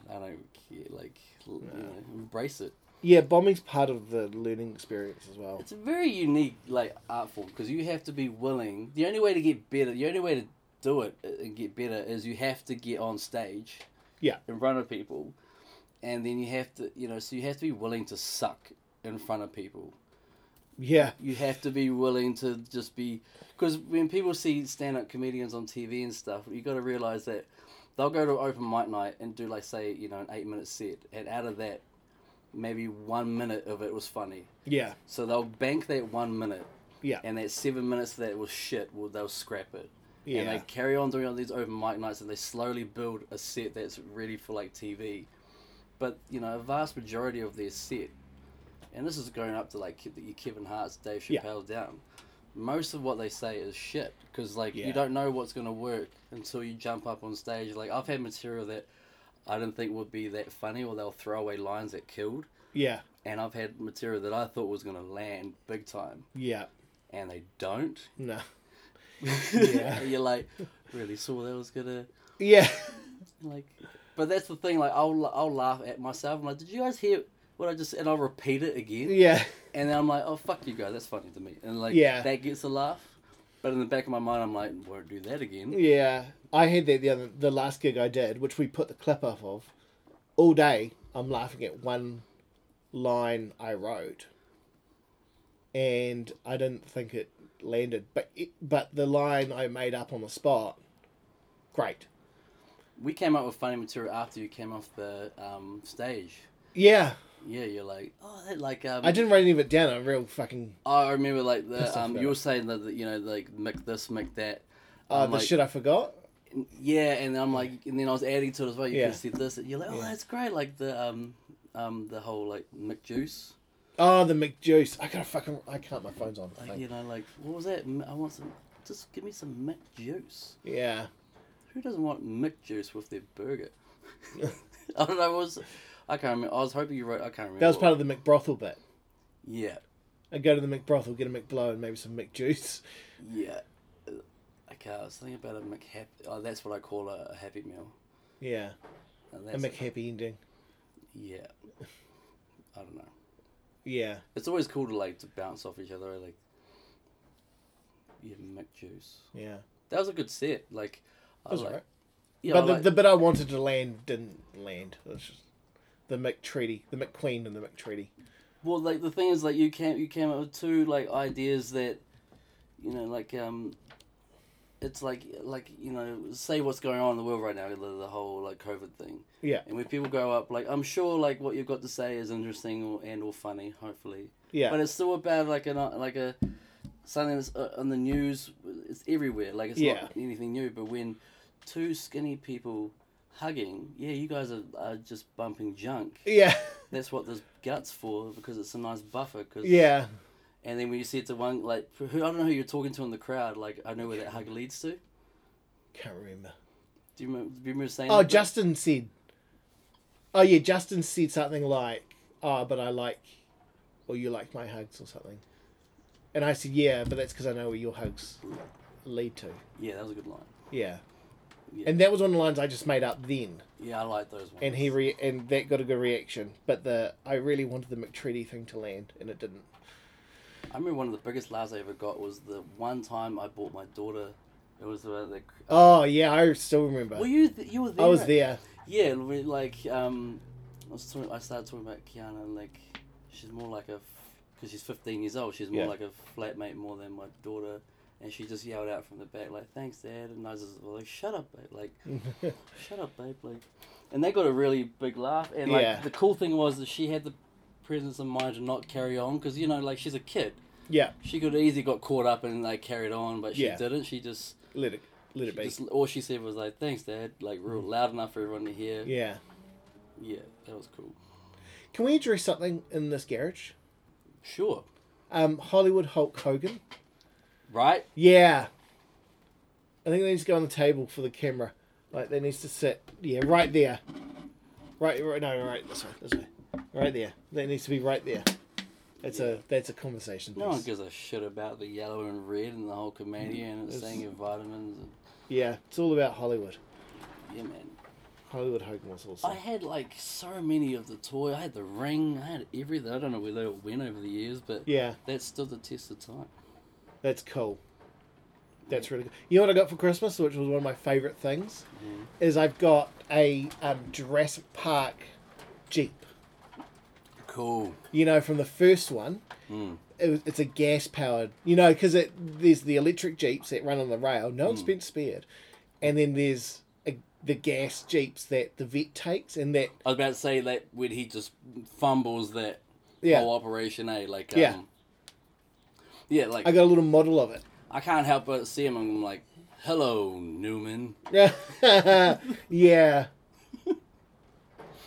S1: I don't care. Like, l you know, embrace it.
S2: Yeah, bombing's part of the learning experience as well.
S1: It's a very unique like art form because you have to be willing. The only way to get better, the only way to do it uh, and get better is you have to get on stage.
S2: Yeah.
S1: In front of people, and then you have to, you know, so you have to be willing to suck in front of people.
S2: Yeah,
S1: you have to be willing to just be because when people see stand-up comedians on tv and stuff you got to realize that they'll go to open mic night and do like say you know an eight minute set and out of that maybe one minute of it was funny
S2: yeah,
S1: so they'll bank that one minute
S2: yeah,
S1: and that seven minutes that was shit well they'll scrap it
S2: Yeah.
S1: and they carry on doing all these open mic nights and they slowly build a set that's ready for like TV. But you know, a vast majority of their set, and this is going up to like Ke- your Kevin Hart's, Dave
S2: Yeah.
S1: Chappelle down. Most of what they say is shit because like
S2: Yeah.
S1: you don't know what's gonna work until you jump up on stage. Like I've had material that I didn't think would be that funny, or they'll throw away lines that killed.
S2: yeah.
S1: And I've had material that I thought was gonna land big time,
S2: Yeah.
S1: and they don't.
S2: No. Yeah.
S1: Yeah. you're like, really saw that was gonna
S2: Yeah.
S1: like. But that's the thing. Like, I'll I'll laugh at myself. I'm like, did you guys hear what I just? And I'll repeat it again.
S2: Yeah.
S1: And then I'm like, oh fuck you guys, that's funny to me. And like,
S2: Yeah.
S1: that gets a laugh. But in the back of my mind, I'm like, won't do that again.
S2: Yeah. I had that the other the last gig I did, which we put the clip up of. All day I'm laughing at one line I wrote. And I didn't think it landed, but it, but the line I made up on the spot, great.
S1: We came up with funny material after you came off the um, stage.
S2: Yeah,
S1: Yeah, you're like, oh, that, like um,
S2: I didn't write any of it down. I'm real fucking
S1: I remember like
S2: Pissed
S1: the
S2: off
S1: um,
S2: about
S1: you
S2: it.
S1: were saying that that, you know like make this, make that.
S2: uh,
S1: I'm
S2: the
S1: like,
S2: shit I forgot.
S1: Yeah, and then I'm like, and then I was adding to it as well. You
S2: Yeah.
S1: could see this, and you're like, oh,
S2: Yeah.
S1: that's great. Like the um, um, the whole like McJuice,
S2: Oh, the McJuice. I gotta fucking. I can't. My phone's on.
S1: like you know, like what was that? M- I want some. Just give me some McJuice.
S2: Yeah.
S1: Who doesn't want McJuice with their burger? I don't know. It was I can't remember. I was hoping you wrote. I can't remember.
S2: That was part of the McBrothel bit.
S1: Yeah,
S2: I go to the McBrothel, get a McBlow, and maybe some McJuice.
S1: yeah. Uh, Okay, I was thinking about a McHappy. Oh, that's what I call a, a Happy Meal.
S2: Yeah.
S1: And
S2: A
S1: that's
S2: McHappy ending.
S1: yeah. I don't know.
S2: Yeah.
S1: It's always cool to like to bounce off each other. Like, yeah, McJuice.
S2: Yeah.
S1: That was a good set. Like, I
S2: That was
S1: like,
S2: alright.
S1: yeah,
S2: but
S1: I
S2: the,
S1: like-
S2: the bit I wanted to land didn't land. It was just the McTreaty, the McQueen, and the McTreaty.
S1: well, like the thing is, like you came you came up with two like ideas that, you know, like um, it's like like you know, say what's going on in the world right now, the, the whole like COVID thing,
S2: Yeah.
S1: and when people grow up, like I'm sure like what you've got to say is interesting or, and or funny, hopefully,
S2: Yeah.
S1: but it's still about like an uh, like a something that's uh, on the news. It's everywhere. Like it's
S2: Yeah.
S1: not anything new. But when two skinny people hugging, yeah, you guys are, are just bumping junk.
S2: yeah.
S1: That's what there's guts for because it's a nice buffer. Cause,
S2: Yeah.
S1: And then when you see it to one like who I don't know who you're talking to in the crowd. Like I know where that hug leads to.
S2: Can't remember.
S1: Do you remember, do you remember saying?
S2: Oh,
S1: that bit?
S2: Justin said. Oh yeah, Justin said something like, "Ah, but I like, or you like my hugs or something," and I said, "Yeah, but that's because I know where your hugs lead to."
S1: Yeah, that was a good line.
S2: Yeah.
S1: Yeah.
S2: and that was one of the lines I just made up then,
S1: Yeah, I like those ones.
S2: and he re- and that got a good reaction. But the I really wanted the McTreaty thing to land, and it didn't.
S1: I remember one of the biggest laughs I ever got was the one time I bought my daughter. It was about the.
S2: Oh yeah, I still remember.
S1: Were you th- you were there?
S2: I was
S1: right?
S2: there.
S1: Yeah, we, like um, I was talking, I started talking about Kiana. and, Like, she's more like a, because she's fifteen years old. She's more
S2: Yeah.
S1: like a flatmate more than my daughter, and she just yelled out from the back like, "Thanks, Dad!" And I was just like, "Shut up, babe!" Like, "Shut up, babe!" Like, and they got a really big laugh. And like,
S2: Yeah.
S1: the cool thing was that she had the presence of mind to not carry on because you know, like, she's a kid.
S2: yeah,
S1: She could easily got caught up and like carried on, but she
S2: Yeah.
S1: didn't. She just,
S2: let it let it
S1: she
S2: be. Mm.
S1: just all she said was like, "Thanks, Dad!" Like, real loud enough for everyone to hear.
S2: Yeah.
S1: Yeah, that was cool.
S2: Can we address something in this garage?
S1: Sure.
S2: Um, Hollywood Hulk Hogan.
S1: Right?
S2: Yeah. I think they need to go on the table for the camera. Like they needs to sit yeah, right there. Right right no, right this way, this way. Right there. That needs to be right there. That's a that's a conversation piece.
S1: No one gives a shit about the yellow and red and the whole comedian and
S2: It's-
S1: saying your vitamins. And,
S2: yeah, it's all about Hollywood.
S1: yeah, man.
S2: Hollywood Hogan was awesome.
S1: I had like so many of the toy. I had the ring. I had everything. I don't know where they all went over the years, but
S2: Yeah,
S1: that stood the test of time.
S2: that's cool. That's really good. You know what I got for Christmas, which was one of my favourite things,
S1: Mhm.
S2: is I've got a um, Jurassic Park Jeep.
S1: Cool.
S2: You know, from the first one,
S1: Mm.
S2: it was, it's a gas powered, you know, because it there's the electric jeeps that run on the rail, no
S1: Mm.
S2: expense spared, and then there's a, the gas jeeps that the vet takes, and that
S1: I was about to say that when he just fumbles that
S2: yeah,
S1: whole operation, eh? Like, um,
S2: Yeah.
S1: yeah, like
S2: I
S1: I,
S2: got a little model of it.
S1: can't help but see him and I'm like, Hello, Newman.
S2: yeah. Yeah,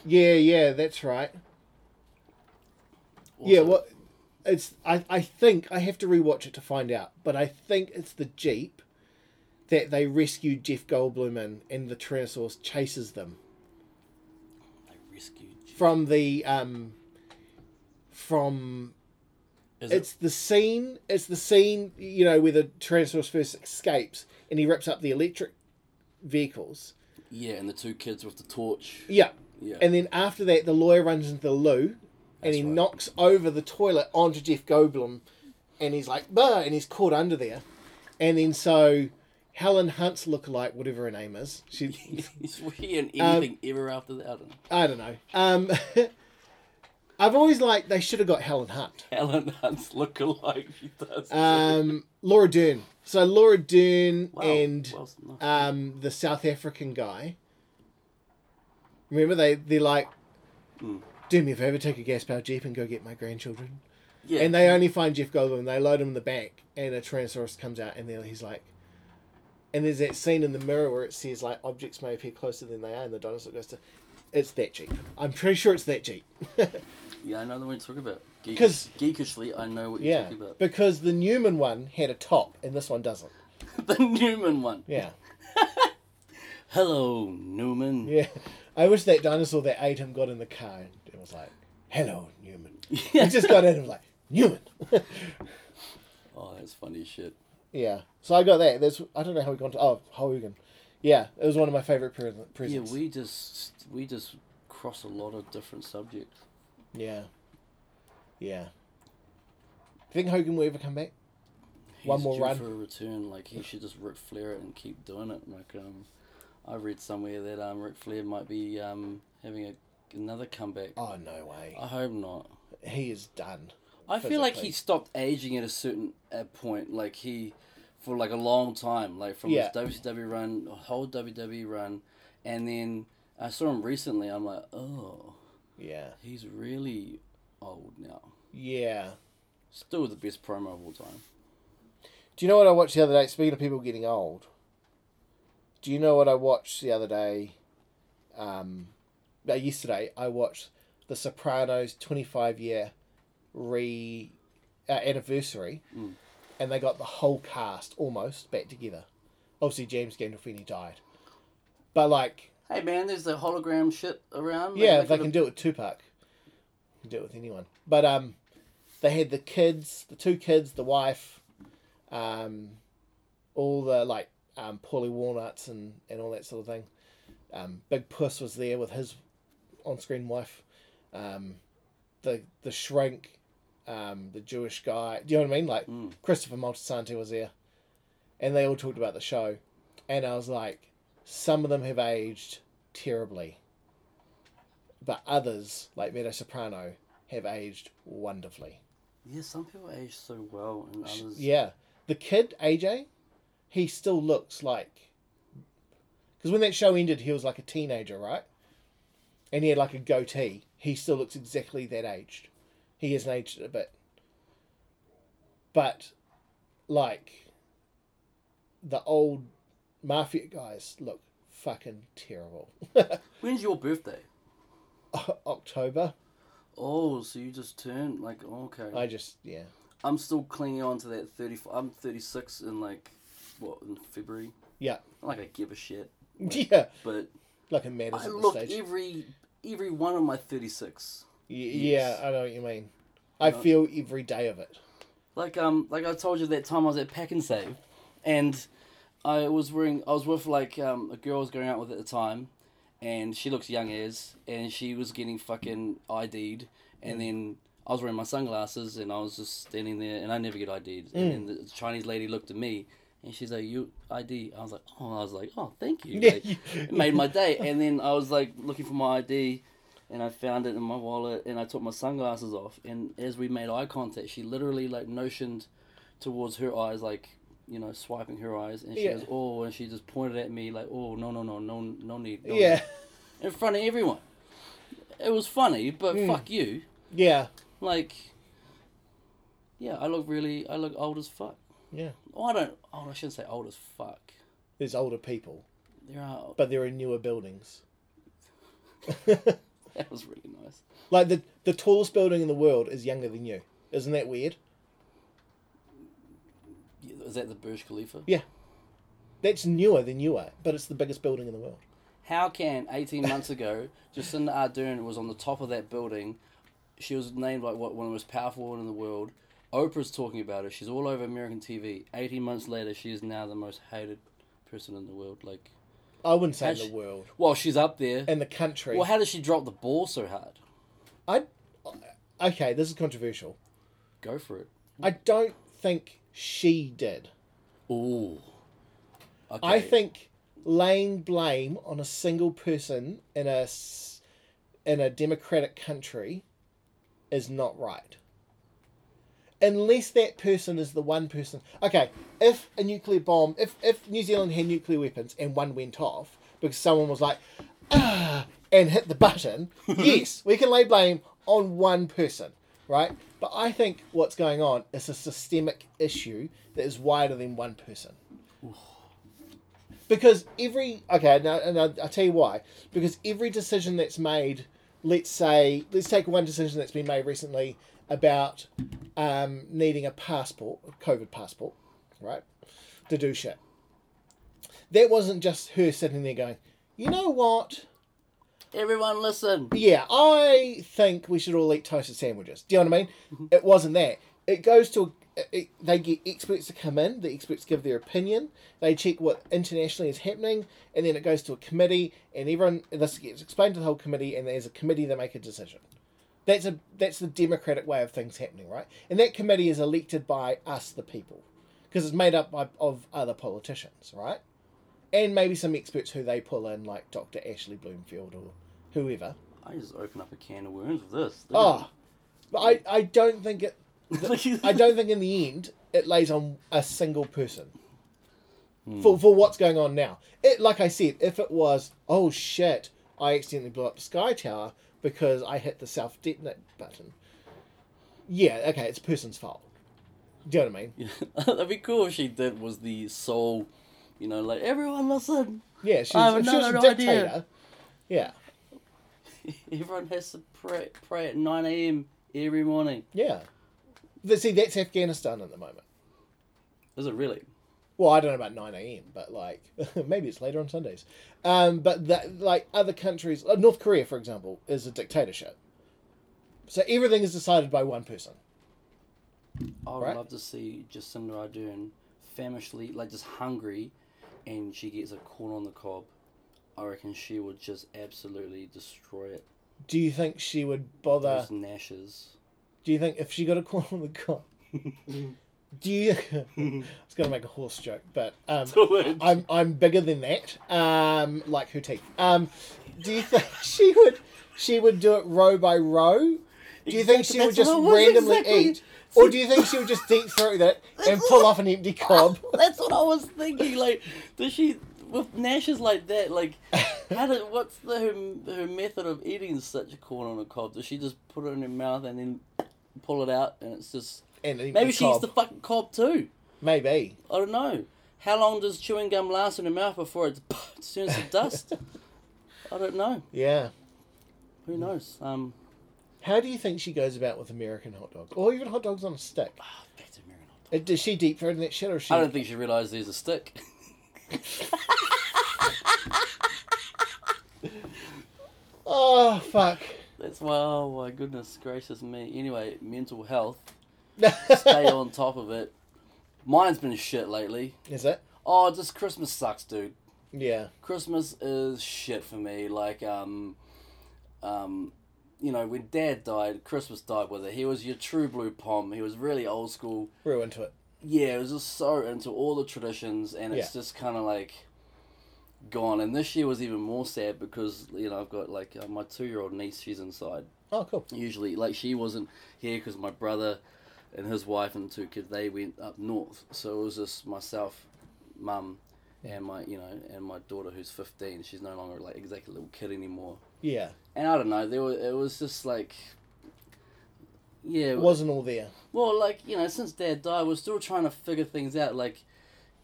S2: yeah, that's right. Yeah,
S1: Awesome.
S2: well, it's I, I think I have to rewatch it to find out, but I think it's the Jeep that they rescue Jeff Goldblum in, and the Tyrannosaurus chases them
S1: I rescued you.
S2: from the um from
S1: Is it-
S2: it's the scene it's the scene you know where the Tyrannosaurus first escapes and he rips up the electric vehicles.
S1: yeah, and the two kids with the torch.
S2: Yeah,
S1: Yeah.
S2: and then after that, the lawyer runs into the loo, and
S1: That's
S2: he
S1: right.
S2: knocks over the toilet onto Jeff Goldblum, and he's like, "Bah!" and he's caught under there, and then so Helen Hunt's lookalike, whatever her name is, she,
S1: Is he
S2: Um,
S1: in anything ever after that? I don't know.
S2: I don't know. Um, I've always like they should have got Helen Hunt.
S1: Helen Hunt's look alike. She does.
S2: Um, Laura Dern. So Laura Dern
S1: Wow,
S2: and
S1: well, it's not-
S2: um, the South African guy. Remember they they like,
S1: Hmm.
S2: do me a favor, take a gas powered jeep and go get my grandchildren.
S1: yeah.
S2: And they only find Jeff Goldblum. They load him in the back, and a Tyrannosaurus comes out, and then he's like, and there's that scene in the mirror where it says like objects may appear closer than they are, and the dinosaur goes to, it's that jeep. I'm pretty sure it's that jeep.
S1: yeah, I know the one you're talking about. Geekish,
S2: 'Cause-
S1: geekishly, I know what you're
S2: yeah,
S1: talking about.
S2: because the Newman one had a top, and this one doesn't.
S1: the Newman one.
S2: Yeah,
S1: Hello, Newman.
S2: yeah. I wish that dinosaur that ate him got in the car and it was like, "Hello, Newman." He just got in and was like, "Newman."
S1: Oh, that's funny as shit.
S2: yeah. So I got that. That's I don't know how we got to. Oh, Hogan. Yeah, it was one of my favorite pre-
S1: Yeah,
S2: presents.
S1: we just we just cross a lot of different subjects.
S2: Yeah. Yeah. Think Hogan will ever come back? One
S1: He's
S2: more
S1: due
S2: run.
S1: for a return. Like he should just Ric Flair it and keep doing it. Like um, I read somewhere that um Ric Flair might be um having a, another comeback.
S2: Oh no way.
S1: I hope not.
S2: He is done.
S1: I feel like
S2: physically.
S1: he stopped aging at a certain uh, point. Like he, for like a long time, like from
S2: Yeah.
S1: his WCW run, whole WWE run, and then I saw him recently. I'm like, oh,
S2: Yeah.
S1: he's really old now.
S2: Yeah.
S1: Still the best promo of all time.
S2: Do you know what I watched the other day? Speaking of people getting old. Do you know what I watched the other day? Um no, yesterday I watched The Sopranos twenty five year re uh, anniversary and they got the whole cast almost back together. Obviously James Gandolfini died. But like
S1: Hey man, there's the hologram shit around. Maybe
S2: Yeah, if they
S1: could've-
S2: can do it with Tupac, they can do it with anyone. But um, they had the kids, the two kids, the wife, um, all the like um, Paulie Walnuts and and all that sort of thing. Um, Big Puss was there with his on-screen wife, um, the the shrink, um, the Jewish guy. Do you know what I mean? Like Christopher Moltisanti was there, and they all talked about the show, and I was like, some of them have aged terribly but others, like Meadow Soprano, have aged wonderfully.
S1: Yeah, some people age so well, and others.
S2: Yeah. The kid, AJ, he still looks like. Because when that show ended, he was like a teenager, right? And he had like a goatee. He still looks exactly that aged. He hasn't aged a bit. But, like, the old mafia guys look fucking terrible.
S1: When's your birthday?
S2: October,
S1: Oh, so you just turned like okay.
S2: I just, yeah.
S1: I'm still clinging on to that 34. I'm 36 in like, what, in February?
S2: Yeah.
S1: Not Like, I give a shit.
S2: Yeah.
S1: But
S2: Like a matters
S1: I
S2: at this
S1: look
S2: stage.
S1: every every one of my 36.
S2: Y-
S1: Yes.
S2: Yeah, I know what you mean. I feel every day of it.
S1: Like um, like I told you that time I was at Pack and Save, and I was wearing. I was with like um, a girl I was going out with at the time, and she looks young as, and she was getting fucking ID'd,
S2: Mm.
S1: and then I was wearing my sunglasses, and I was just standing there, and I never get ID'd,
S2: Mm.
S1: and then the Chinese lady looked at me. And she's like, "You ID?" I was like, "Oh," I was like, "Oh, thank you."
S2: Yeah,
S1: Like,
S2: you-
S1: it made my day. And then I was like looking for my ID, and I found it in my wallet, and I took my sunglasses off. And as we made eye contact, she literally like notioned towards her eyes, like you know, swiping her eyes, and she
S2: Yeah.
S1: goes, "Oh," and she just pointed at me like, "Oh, no, no, no, no, no need." No
S2: Yeah,
S1: need," in front of everyone. It was funny, but
S2: Hmm.
S1: fuck you.
S2: yeah,
S1: Like, yeah, I look really, I look old as fuck.
S2: yeah.
S1: Oh, I don't. Oh, I shouldn't say old as fuck.
S2: There's older people,
S1: There are.
S2: but there are newer buildings.
S1: That was really nice.
S2: Like the the tallest building in the world is younger than you. Isn't that weird?
S1: Yeah, Is that the Burj Khalifa?
S2: Yeah. That's newer than you are, but it's the biggest building in the world.
S1: How can 18 months ago, Jacinda Ardern was on the top of that building? She was named like what one of the most powerful women in the world. Oprah's talking about her. She's all over American TV. 18 months later, she is now the most hated person in the world. Like,
S2: I wouldn't say
S1: Has
S2: in
S1: she-
S2: the world,
S1: well, she's up there.
S2: in the country.
S1: Well, how does she drop the ball so hard?
S2: I okay, this is controversial.
S1: Go for it.
S2: I don't think she did.
S1: Ooh. Okay.
S2: I think laying blame on a single person in a s- in a democratic country is not right. Unless that person is the one person. Okay, if a nuclear bomb, if if New Zealand had nuclear weapons and one went off because someone was like, ah, and hit the button, yes, we can lay blame on one person, right? But I think what's going on is a systemic issue that is wider than one person because every okay now and I'll, I'll tell you why because every decision that's made let's say let's take one decision that's been made recently about um, needing a passport a covid passport right to do shit that wasn't just her sitting there going you know what
S1: Everyone, listen.
S2: yeah, I think we should all eat toasted sandwiches. Do you know what I mean? It wasn't that. It goes to it, it- they get experts to come in. The experts give their opinion. They check what internationally is happening, and then it goes to a committee, and everyone this gets explained to the whole committee, and there's a committee that make a decision. That's a that's the democratic way of things happening, right? And that committee is elected by us, the people, because it's made up by, of other politicians, right? And maybe some experts who they pull in, like Dr. Ashley Bloomfield or whoever.
S1: I just open up a can of worms with this.
S2: Oh, but I, I don't think it. I don't think in the end it lays on a single person.
S1: Hmm.
S2: For for what's going on now, it like I said, if it was oh shit, I accidentally blew up the sky tower because I hit the self detonate button. Yeah, okay, it's a person's fault. Do you know what I mean?
S1: That'd be cool if she did was the sole, you know, like everyone listen.
S2: Yeah, she's,
S1: I have
S2: if she was a
S1: another
S2: dictator.
S1: idea.
S2: Yeah,
S1: Everyone has to pray pray at nine a.m. every morning.
S2: yeah. But see, that's Afghanistan at the moment.
S1: Is it really?
S2: well, I don't know about nine a.m., but like maybe it's later on Sundays. Um, but that like other countries, uh, North Korea, for example, is a dictatorship. So everything is decided by one person.
S1: I would
S2: Right.
S1: love to see Jacinda Ardern famishly, like just hungry, and she gets a corn on the cob. I reckon she would just absolutely destroy it.
S2: Do you think she would bother?
S1: Those gnashes.
S2: Do you think if she got a call on the cop? do you? I was going to make a horse joke, but um,
S1: Do it.
S2: I'm I'm bigger than that. Um, like her teeth. Um, do you think she would? She would do it row by row. Do you think
S1: Exactly,
S2: she would
S1: that's
S2: just
S1: what I was
S2: randomly
S1: exactly-
S2: eat, or do you think she would just deep throat that and pull off an empty cob?
S1: That's what I was thinking. Like, does she with gnashes like that? Like, how did what's the her, her method of eating such a corn on a cob? Does she just put it in her mouth and then pull it out, and it's just
S2: And an empty
S1: maybe she eats
S2: cob.
S1: the fucking cob too?
S2: maybe.
S1: I don't know. How long does chewing gum last in her mouth before it turns to dust? I don't know.
S2: Yeah.
S1: Who knows? Um,
S2: How do you think she goes about with American hot dogs, or even hot dogs on a stick?
S1: ah, that's American hot dog.
S2: Uh, Does she deep throat that shit, or is she?
S1: I don't think she realised there's a stick.
S2: Oh fuck.
S1: That's why. Oh my goodness gracious me. Anyway, mental health. stay on top of it. Mine's been shit lately.
S2: is it?
S1: Oh, just Christmas sucks, dude.
S2: Yeah.
S1: Christmas is shit for me. Like, um, um, you know, when Dad died, Christmas died with it. He was your true blue pom. He was really old school.
S2: We're into it.
S1: Yeah, it was just so into all the traditions, and it's just kind of like gone. And this year was even more sad because you know I've got like uh, my two-year-old niece. She's inside
S2: Oh cool.
S1: usually like she wasn't here because my brother and his wife and two kids they went up north so it was just myself mum and my you know and my daughter who's 15 she's no longer like exactly a little kid anymore
S2: Yeah.
S1: and i don't know there were it was just like yeah
S2: It wasn't all there.
S1: well like you know since dad died we're still trying to figure things out like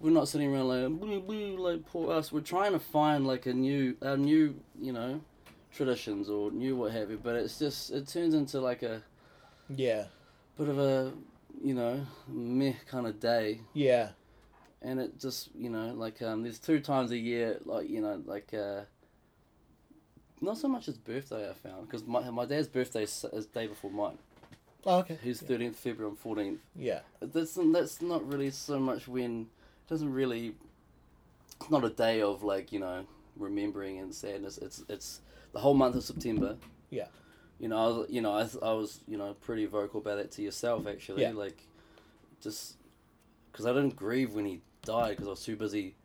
S1: we're not sitting around like blue blue like poor us. We're trying to find like a new a new you know traditions or new what have you. But it's just it turns into like a
S2: Yeah.
S1: bit of a you know meh kind of day,
S2: Yeah.
S1: and it just you know like um there's two times a year like you know like uh. Not so much his birthday, I found, because my, my dad's birthday is, is day before mine.
S2: Oh, okay.
S1: He's
S2: yeah.
S1: thirteenth February, I'm fourteenth.
S2: yeah.
S1: That's that's not really so much when it doesn't really. It's not a day of like you know remembering and sadness. It's it's the whole month of September.
S2: Yeah.
S1: You know, I was, you know, I, I was, you know, pretty vocal about that to yourself actually.
S2: Yeah.
S1: Like, just because I didn't grieve when he died because I was too busy.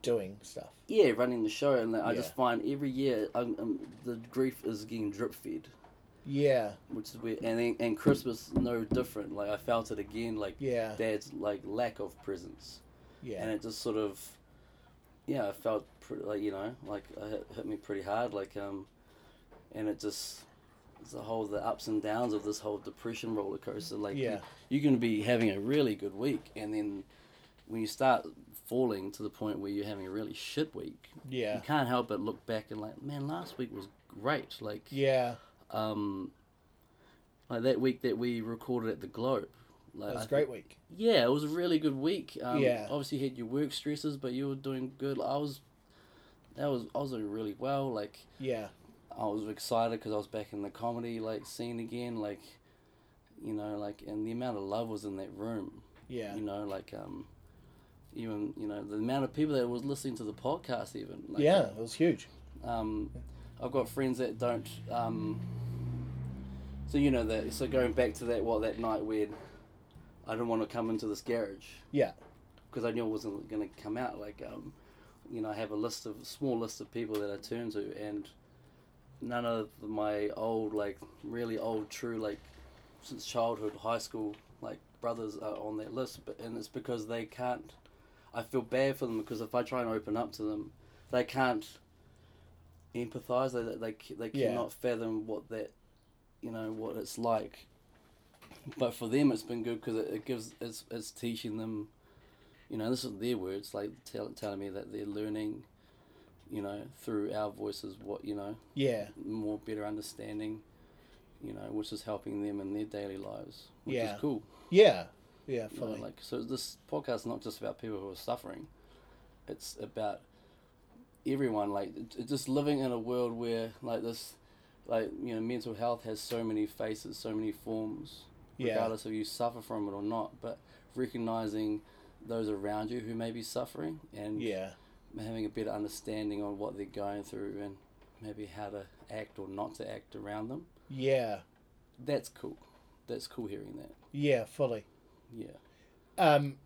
S2: Doing stuff.
S1: Yeah, running the show, and I
S2: Yeah.
S1: just find every year I'm, I'm, the grief is getting drip fed,
S2: Yeah.
S1: which is weird. And then, and Christmas no different. Like I felt it again. Like
S2: Yeah.
S1: dad's like lack of presence, and
S2: Yeah.
S1: it just sort of, yeah, I felt pretty, like you know, like it hit, hit me pretty hard, like um, and it just it's the whole the ups and downs of this whole depression roller coaster. Like you-
S2: Yeah.
S1: you're gonna be having a really good week, and then when you start falling to the point where you're having a really shit week,
S2: Yeah.
S1: you can't help but look back and like, man, last week was great. Like
S2: Yeah.
S1: um, like that week that we recorded at the Globe. Like
S2: That was
S1: I
S2: a great week.
S1: yeah, it was a really good week. Um,
S2: Yeah.
S1: Obviously, you had your work stresses, but you were doing good. I was, that was I was doing really well. Like
S2: Yeah.
S1: I was excited because I was back in the comedy like scene again. Like, you know, like and the amount of love was in that room.
S2: Yeah.
S1: You know, like um, even you know the amount of people that was listening to the podcast even. Like,
S2: Yeah. It was huge.
S1: um, I've got friends that don't. Um, so you know that. So going back to that, what that night when I didn't want to come into this garage.
S2: Yeah.
S1: Because I knew it wasn't going to come out. Like, um, you know, I have a list of small list of people that I turn to, and none of my old, like, really old, true, like, since childhood, high school, like, brothers are on that list. But and it's because they can't. I feel bad for them because if I try and open up to them, they can't empathize. They they they, they
S2: Yeah.
S1: cannot fathom what that, you know, what it's like. But for them, it's been good because it, it gives it's it's teaching them, you know, this is their words like tell, telling me that they're learning, you know, through our voices what you know
S2: Yeah.
S1: more better understanding, you know, which is helping them in their daily lives, which
S2: Yeah.
S1: is cool.
S2: Yeah. Yeah.
S1: You know,
S2: Fully.
S1: like so, this podcast is not just about people who are suffering; it's about everyone. Like it- it's just living in a world where, like this, like you know, mental health has so many faces, so many forms,
S2: Yeah.
S1: regardless of you suffer from it or not. But recognizing those around you who may be suffering and
S2: yeah.
S1: having a better understanding on what they're going through and maybe how to act or not to act around them.
S2: Yeah.
S1: That's cool. That's cool hearing that.
S2: Yeah. Fully.
S1: Yeah.
S2: Um,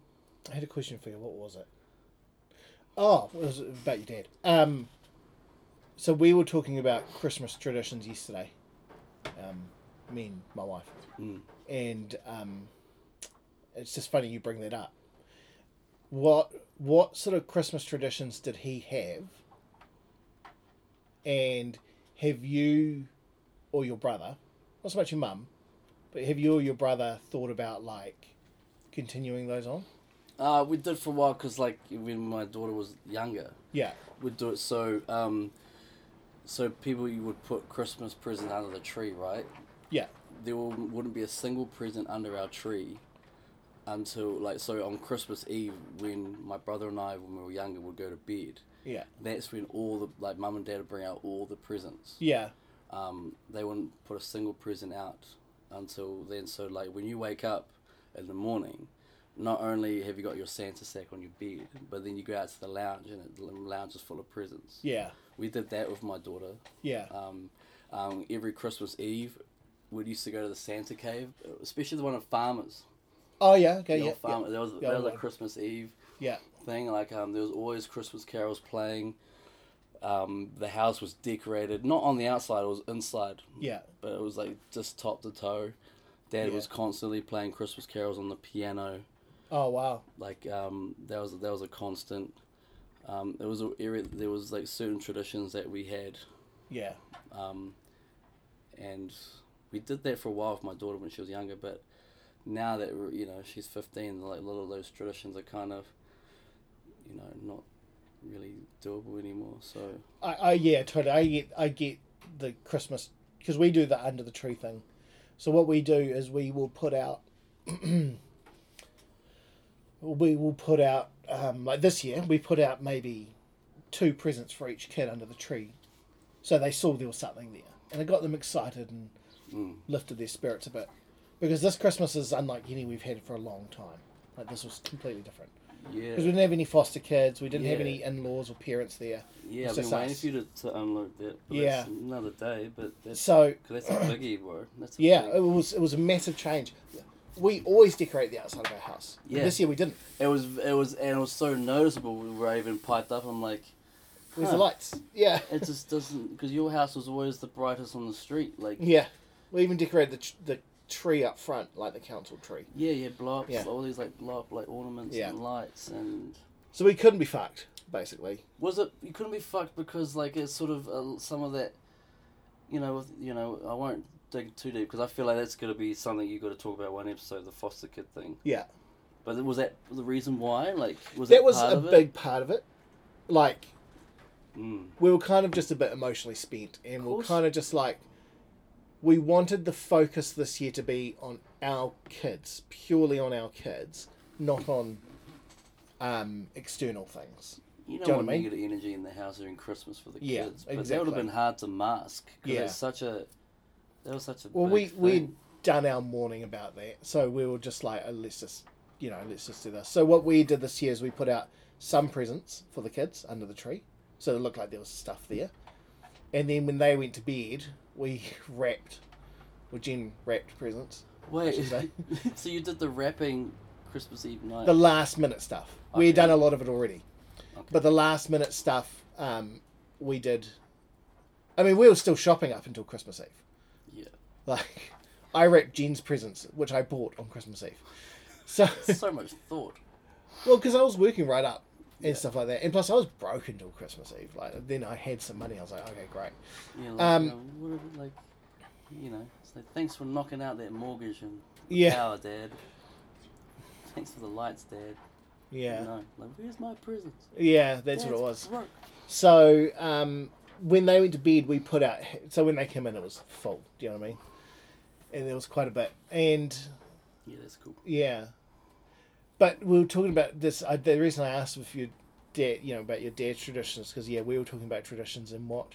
S2: I had a question for you. What was it? Oh, it was about your dad. Um, so we were talking about Christmas traditions yesterday. Um, me and my wife,
S1: Mm.
S2: and um, it's just funny you bring that up. What what sort of Christmas traditions did he have? And have you or your brother, not so much your mum, but have you or your brother thought about like continuing those on?
S1: Uh, we did for a while because, like, when my daughter was younger,
S2: Yeah.
S1: we'd do it so, um, so people you would put Christmas present under the tree, right?
S2: Yeah.
S1: There wa- wouldn't be a single present under our tree until, like, so on Christmas Eve when my brother and I, when we were younger, would go to bed.
S2: Yeah.
S1: That's when all the, like, mum and dad would bring out all the presents.
S2: Yeah.
S1: um, they wouldn't put a single present out until then. So like when you wake up in the morning, not only have you got your Santa sack on your bed, but then you go out to the lounge and it- the lounge is full of presents.
S2: Yeah.
S1: We did that with my daughter.
S2: Yeah.
S1: Um, um, every Christmas Eve, we used to go to the Santa cave, especially the one of farmers.
S2: Oh yeah. Okay.
S1: the
S2: Yeah.
S1: old farmer. That was
S2: The
S1: that
S2: old
S1: was a
S2: one.
S1: Christmas Eve
S2: Yeah.
S1: thing. Like um, there was always Christmas carols playing. Um, the house was decorated, not on the outside, it was inside
S2: Yeah.
S1: but it was like just top to toe. Dad
S2: Yeah.
S1: was constantly playing Christmas carols on the piano.
S2: Oh wow.
S1: Like um, that was that was a constant. Um, there was a era, there was like certain traditions that we had,
S2: Yeah.
S1: um, and we did that for a while with my daughter when she was younger. But now that we're- you know she's fifteen, like a lot of those traditions are kind of you know not really doable anymore. So
S2: I, I yeah, totally. I get I get the Christmas because we do the under the tree thing. So what we do is we will put out we will put out um, like this year we put out maybe two presents for each kid under the tree, so they saw there was something there and it got them excited and
S1: Mm.
S2: lifted their spirits a bit because this Christmas is unlike any we've had for a long time. Like this was completely different
S1: yeah,
S2: because we didn't have any foster kids, we didn't have
S1: Yeah.
S2: any in laws or parents there.
S1: yeah. I've
S2: it's
S1: been
S2: just
S1: waiting
S2: us.
S1: for you to, to unload that. But
S2: Yeah.
S1: that's another day. But that's
S2: So
S1: 'cause that's a biggie, bro. That's a
S2: Yeah,
S1: big-
S2: it was it was a massive change. We always decorate the outside of our house.
S1: Yeah.
S2: This year we didn't.
S1: It was it was and it was so noticeable when we were even piped up. I'm like,
S2: Where's
S1: Huh.
S2: the lights? Yeah.
S1: it just doesn't because your house was always the brightest on the street. Like yeah,
S2: yeah. We even decorated the tr- the tree up front, like the council tree.
S1: yeah, blow ups,
S2: Yeah.
S1: all these like blow up like ornaments
S2: Yeah.
S1: and lights and
S2: So we couldn't be fucked, basically.
S1: was it you couldn't be fucked because like it's sort of uh, some of that, you know, with, you know I won't dig too deep because I feel like that's gonna be something you got to talk about one episode, the foster kid thing.
S2: Yeah.
S1: But was that the reason why? Like was
S2: that
S1: that
S2: was
S1: part
S2: a
S1: of it?
S2: big part of it. Like
S1: Mm.
S2: we were kind of just a bit emotionally spent, and we we're
S1: course.
S2: kind of just like we wanted the focus this year to be on our kids, purely on our kids, not on um, external things.
S1: You don't
S2: Do you know
S1: want
S2: what I mean?
S1: negative energy in the house during Christmas for the
S2: Yeah,
S1: kids, but that would have
S2: exactly.
S1: been hard to mask because
S2: Yeah.
S1: it's such a that was such a
S2: Well,
S1: big
S2: we we'd
S1: thing.
S2: done our morning about that, so we were just like, oh, let's just, you know, let's just do this. So what we did this year is we put out some presents for the kids under the tree, so it looked like there was stuff there, and then when they went to bed, we wrapped, well, Jen wrapped presents, should say.
S1: wait so you did the wrapping Christmas Eve night
S2: the last minute stuff.
S1: Okay.
S2: We'd done a lot of it already,
S1: Okay.
S2: but the last minute stuff, um, we did. I mean, we were still shopping up until Christmas Eve.
S1: yeah
S2: Like, I wrapped Jen's presents, which I bought on Christmas Eve. So,
S1: so much thought
S2: well, because I was working right up and stuff like that, and plus I was broke until Christmas Eve. Like, then I had some money. I was like, okay, great.
S1: you know, like,
S2: Um,
S1: you know, what if, like you know it's like thanks for knocking out that mortgage and the
S2: Yeah.
S1: power dad thanks for the lights dad
S2: Yeah,
S1: no like where's my presents
S2: yeah, that's what
S1: Dad's
S2: it was.
S1: broke.
S2: So, um, when they went to bed, we put out. So when they came in, it was full. Do you know what I mean? And there was quite a bit, and
S1: yeah that's cool
S2: yeah. But we were talking about this. I, the reason I asked if your dad, you know, about your dad's traditions, because yeah, we were talking about traditions and what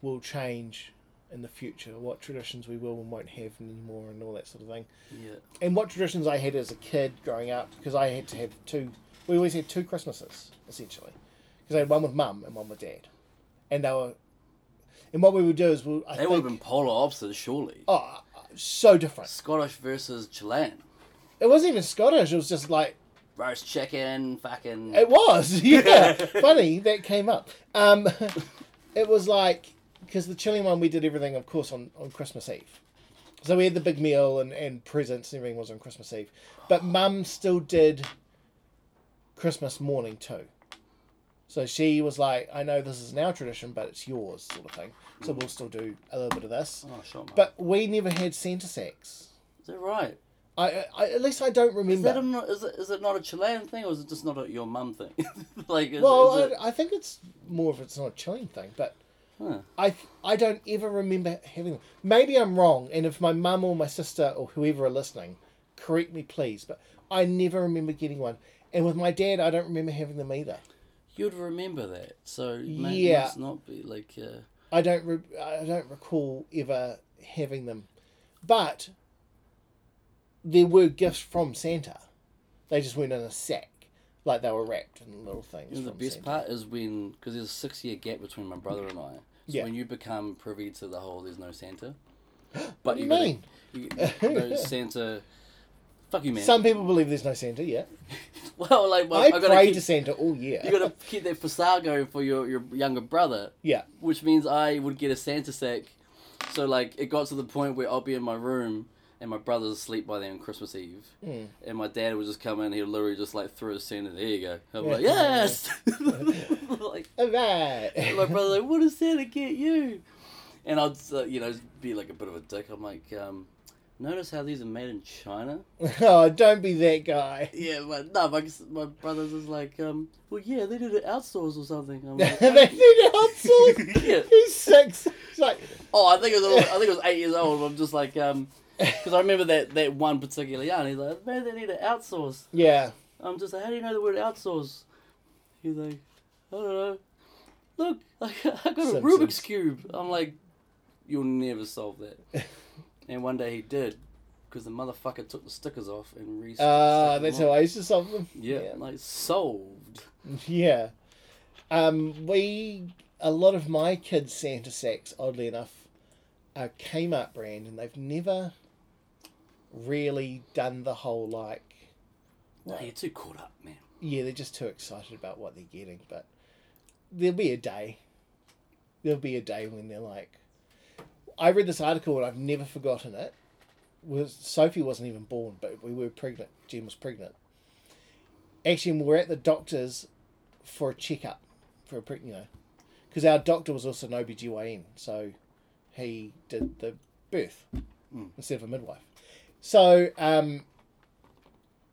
S2: will change in the future, what traditions we will and won't have anymore, and all that sort of thing.
S1: yeah
S2: And what traditions I had as a kid growing up, because I had to have two. We always had two Christmases essentially, because I had one with mum and one with dad, and they were. And what we would do is we. I
S1: they
S2: think,
S1: would have been polar opposites surely
S2: oh, so different.
S1: Scottish versus Chilean
S2: It wasn't even Scottish. It was just like
S1: roast chicken, fucking.
S2: It was, yeah. Funny that came up. Um, it was like because the Chilean one we did everything, of course, on, on Christmas Eve. So we had the big meal and, and presents and everything was on Christmas Eve. But Mum still did Christmas morning too. So she was like, I know this isn't our tradition, but it's yours, sort of thing. So we'll still do a little bit of this.
S1: oh, sure, mate.
S2: But we never had Santa sacks.
S1: is that right?
S2: I, I- I at least I don't remember.
S1: Is that a, no- is it, is it not a Chilean thing, or is it just not a, your mum thing? like, is,
S2: Well,
S1: is it,
S2: I, I think it's more of it's not a chilling thing, but
S1: Huh.
S2: I I don't ever remember having. Maybe I'm wrong, and if my mum or my sister or whoever are listening, correct me please. But I never remember getting one, and with my dad, I don't remember having them either.
S1: you'd remember that, so mate,
S2: Yeah.
S1: must not be like. Uh,
S2: I don't re- I don't recall ever having them, but there were gifts from Santa. They just went in a sack, like they were wrapped in little things.
S1: you know, the
S2: from
S1: best
S2: Santa.
S1: part is when because there's a six year gap between my brother and I. So
S2: Yeah.
S1: When you become privy to the whole, there's no Santa. But
S2: do
S1: you
S2: you
S1: gotta-
S2: mean?
S1: You, no Santa. Fuck you, man.
S2: Some people believe there's no Santa. Yeah,
S1: well, like well,
S2: I,
S1: gotta
S2: pray
S1: keep-
S2: to Santa all year.
S1: You gotta keep that facade going for your, your younger brother.
S2: Yeah.
S1: which means I would get a Santa sack. So like it got to the point where I'll be in my room and my brother's asleep by then on Christmas Eve, and my dad would just come in. He would literally just like throw a Santa. There you go. I'm like yes. like
S2: All right.
S1: my brother like what does Santa get you? And I'd uh, you know be like a bit of a dick. I'm like um, Notice how these are made in China.
S2: oh, don't be that guy.
S1: Yeah, but no, my my brothers is like, um, well, yeah, they did it outsourced or something. I'm
S2: they
S1: like,
S2: did outsource.
S1: Yeah.
S2: He's six. He's like,
S1: oh, I think it was I think it was eight years old. I'm just like, um, because I remember that that one particular yarn. He's like, man, they need it outsourced.
S2: yeah.
S1: I'm just like, how do you know the word outsource? He's like, I don't know. Look, I got, I got a
S2: Simpsons.
S1: Rubik's Cube. I'm like, you'll never solve that. and one day he did, because the motherfucker took the stickers off and re
S2: Uh, that's how I used to solve them.
S1: Yeah, like, solved.
S2: Yeah. Um, we a lot of my kids' Santa sacks, oddly enough, are Kmart brand, and they've never really done the whole like.
S1: No, you're too caught up, man.
S2: Yeah, they're just too excited about what they're getting, but there'll be a day. There'll be a day when they're like, I read this article and I've never forgotten it. Was Sophie wasn't even born, but we were pregnant. Jen was pregnant. Actually, and we were at the doctor's for a checkup, for a pre, you know, because our doctor was also an OBGYN, so he did the birth instead of a midwife. So um,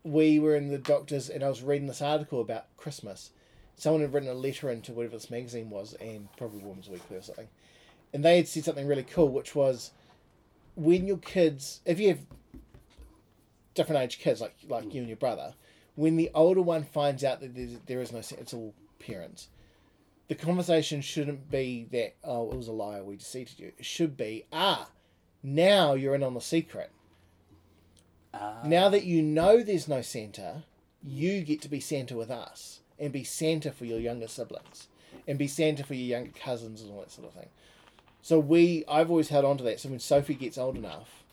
S2: we were in the doctor's, and I was reading this article about Christmas. Someone had written a letter into whatever this magazine was, and probably Women's Weekly or something, and they had said something really cool, which was when your kids, if you have different age kids like like you and your brother, when the older one finds out that there's, there is no, Sa- it's all parents. The conversation shouldn't be that oh it was a lie we deceived you. It should be ah now you're in on the secret.
S1: Ah,
S2: Now that you know there's no Santa, you get to be Santa with us and be Santa for your younger siblings and be Santa for your younger cousins and all that sort of thing. So we, I've always held on to that. So when Sophie gets old enough,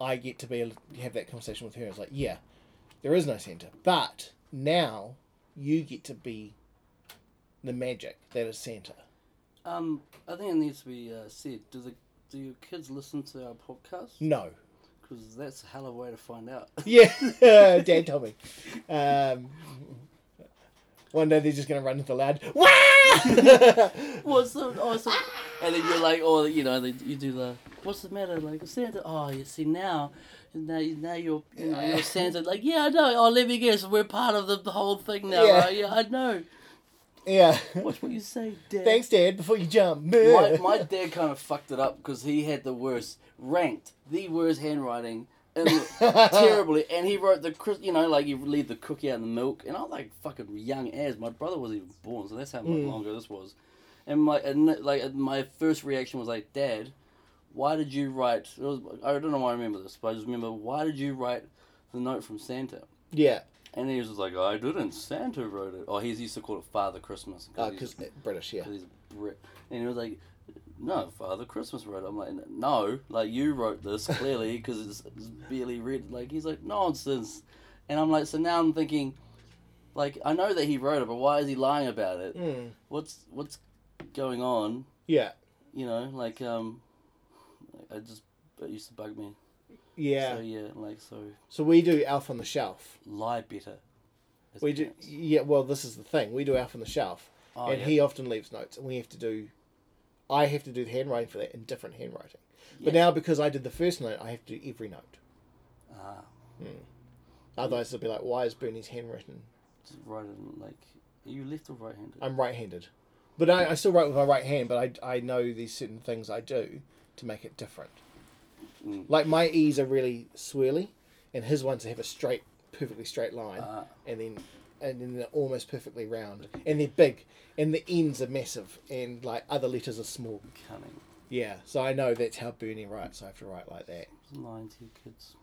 S2: I get to be able to have that conversation with her. It's like, yeah, there is no Santa, but now you get to be the magic that is Santa.
S1: um, I think it needs to be uh, said. Do the do your kids listen to our podcast?
S2: No,
S1: Because that's a hell of a way to find out.
S2: Yeah, Dad told me. Um, one day they're just gonna run into the loud. Wah!
S1: What's the oh, so, and then you're like, oh, you know, they, you do the what's the matter? Like Santa. Oh, you see now, now, now you're you know you're Santa. Like yeah, I know. Oh, let me guess, we're part of the, the whole thing now.
S2: Yeah.
S1: Yeah, right? yeah I know.
S2: yeah.
S1: Watch what you say, Dad.
S2: Thanks, Dad. Before you jump.
S1: My my dad kind of fucked it up because he had the worst ranked, the worst handwriting. And terribly, and he wrote the Chris- you know like you leave the cookie out in the milk, and I was like fucking young as my brother wasn't even born, so that's how much long ago this was. And my and like my first reaction was like, Dad, why did you write? It was, I don't know why I remember this, but I just remember why did you write the note from Santa?
S2: yeah.
S1: And he was just like, I didn't. Santa wrote it. Oh, he used to call it Father Christmas. 'cause he's-
S2: Because Oh, uh, British, yeah.
S1: because he's a Brit. And he was like, no, Father Christmas wrote it. I'm like, no, like you wrote this clearly because it's, it's barely read. Like he's like, nonsense. And I'm like, so now I'm thinking, like I know that he wrote it, but why is he lying about it?
S2: Mm.
S1: What's what's going on?
S2: Yeah.
S1: You know, like um, I just it used to bug me.
S2: Yeah.
S1: So yeah, like so
S2: So we do Elf on the Shelf.
S1: lie better. It's
S2: We do.
S1: pants.
S2: Yeah. Well, this is the thing. We do Elf on the Shelf,
S1: Oh,
S2: and
S1: yeah.
S2: he often leaves notes, and we have to do. I have to do the handwriting for that in different handwriting. But
S1: Yeah.
S2: now because I did the first note, I have to do every note.
S1: Ah,
S2: Otherwise, they'll be like, "Why is Bernie's handwritten
S1: just write it like are you left or right handed?
S2: I'm right-handed, but I, I still write with my right hand. But I, I know these certain things I do to make it different.
S1: Mm.
S2: Like my E's are really swirly, and his ones have a straight, perfectly straight line,
S1: Ah.
S2: and then and then they're almost perfectly round, and they're big, and the ends are massive, and like other letters are small.
S1: Cunning.
S2: Yeah, so I know that's how Bernie writes. So I have to write like that.
S1: Lying to your kids.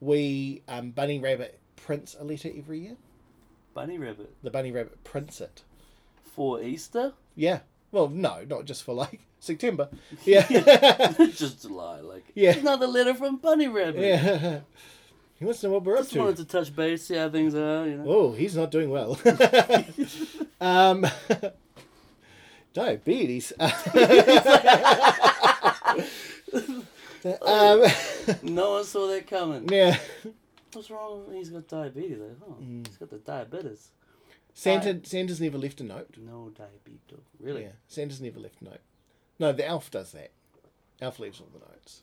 S2: We um, Bunny Rabbit prints a letter every year.
S1: Bunny rabbit.
S2: The Bunny Rabbit prints it.
S1: For Easter?
S2: Yeah. Well, no, not just for like September. Yeah.
S1: Just July, like
S2: Yeah.
S1: another letter from Bunny Rabbit.
S2: yeah. He wants to know what we're up
S1: Just wanted
S2: to.
S1: to touch base, see how things are, you know.
S2: Oh, he's not doing well. um, diabetes. um,
S1: No one saw that coming.
S2: yeah.
S1: What's wrong with He's got diabetes, like, oh,
S2: Mm.
S1: he's got the diabetes.
S2: Santa, Santa's never left a note.
S1: No diabetes. Really?
S2: Yeah. Santa's never left a note. No, the elf does that. Elf leaves all the notes.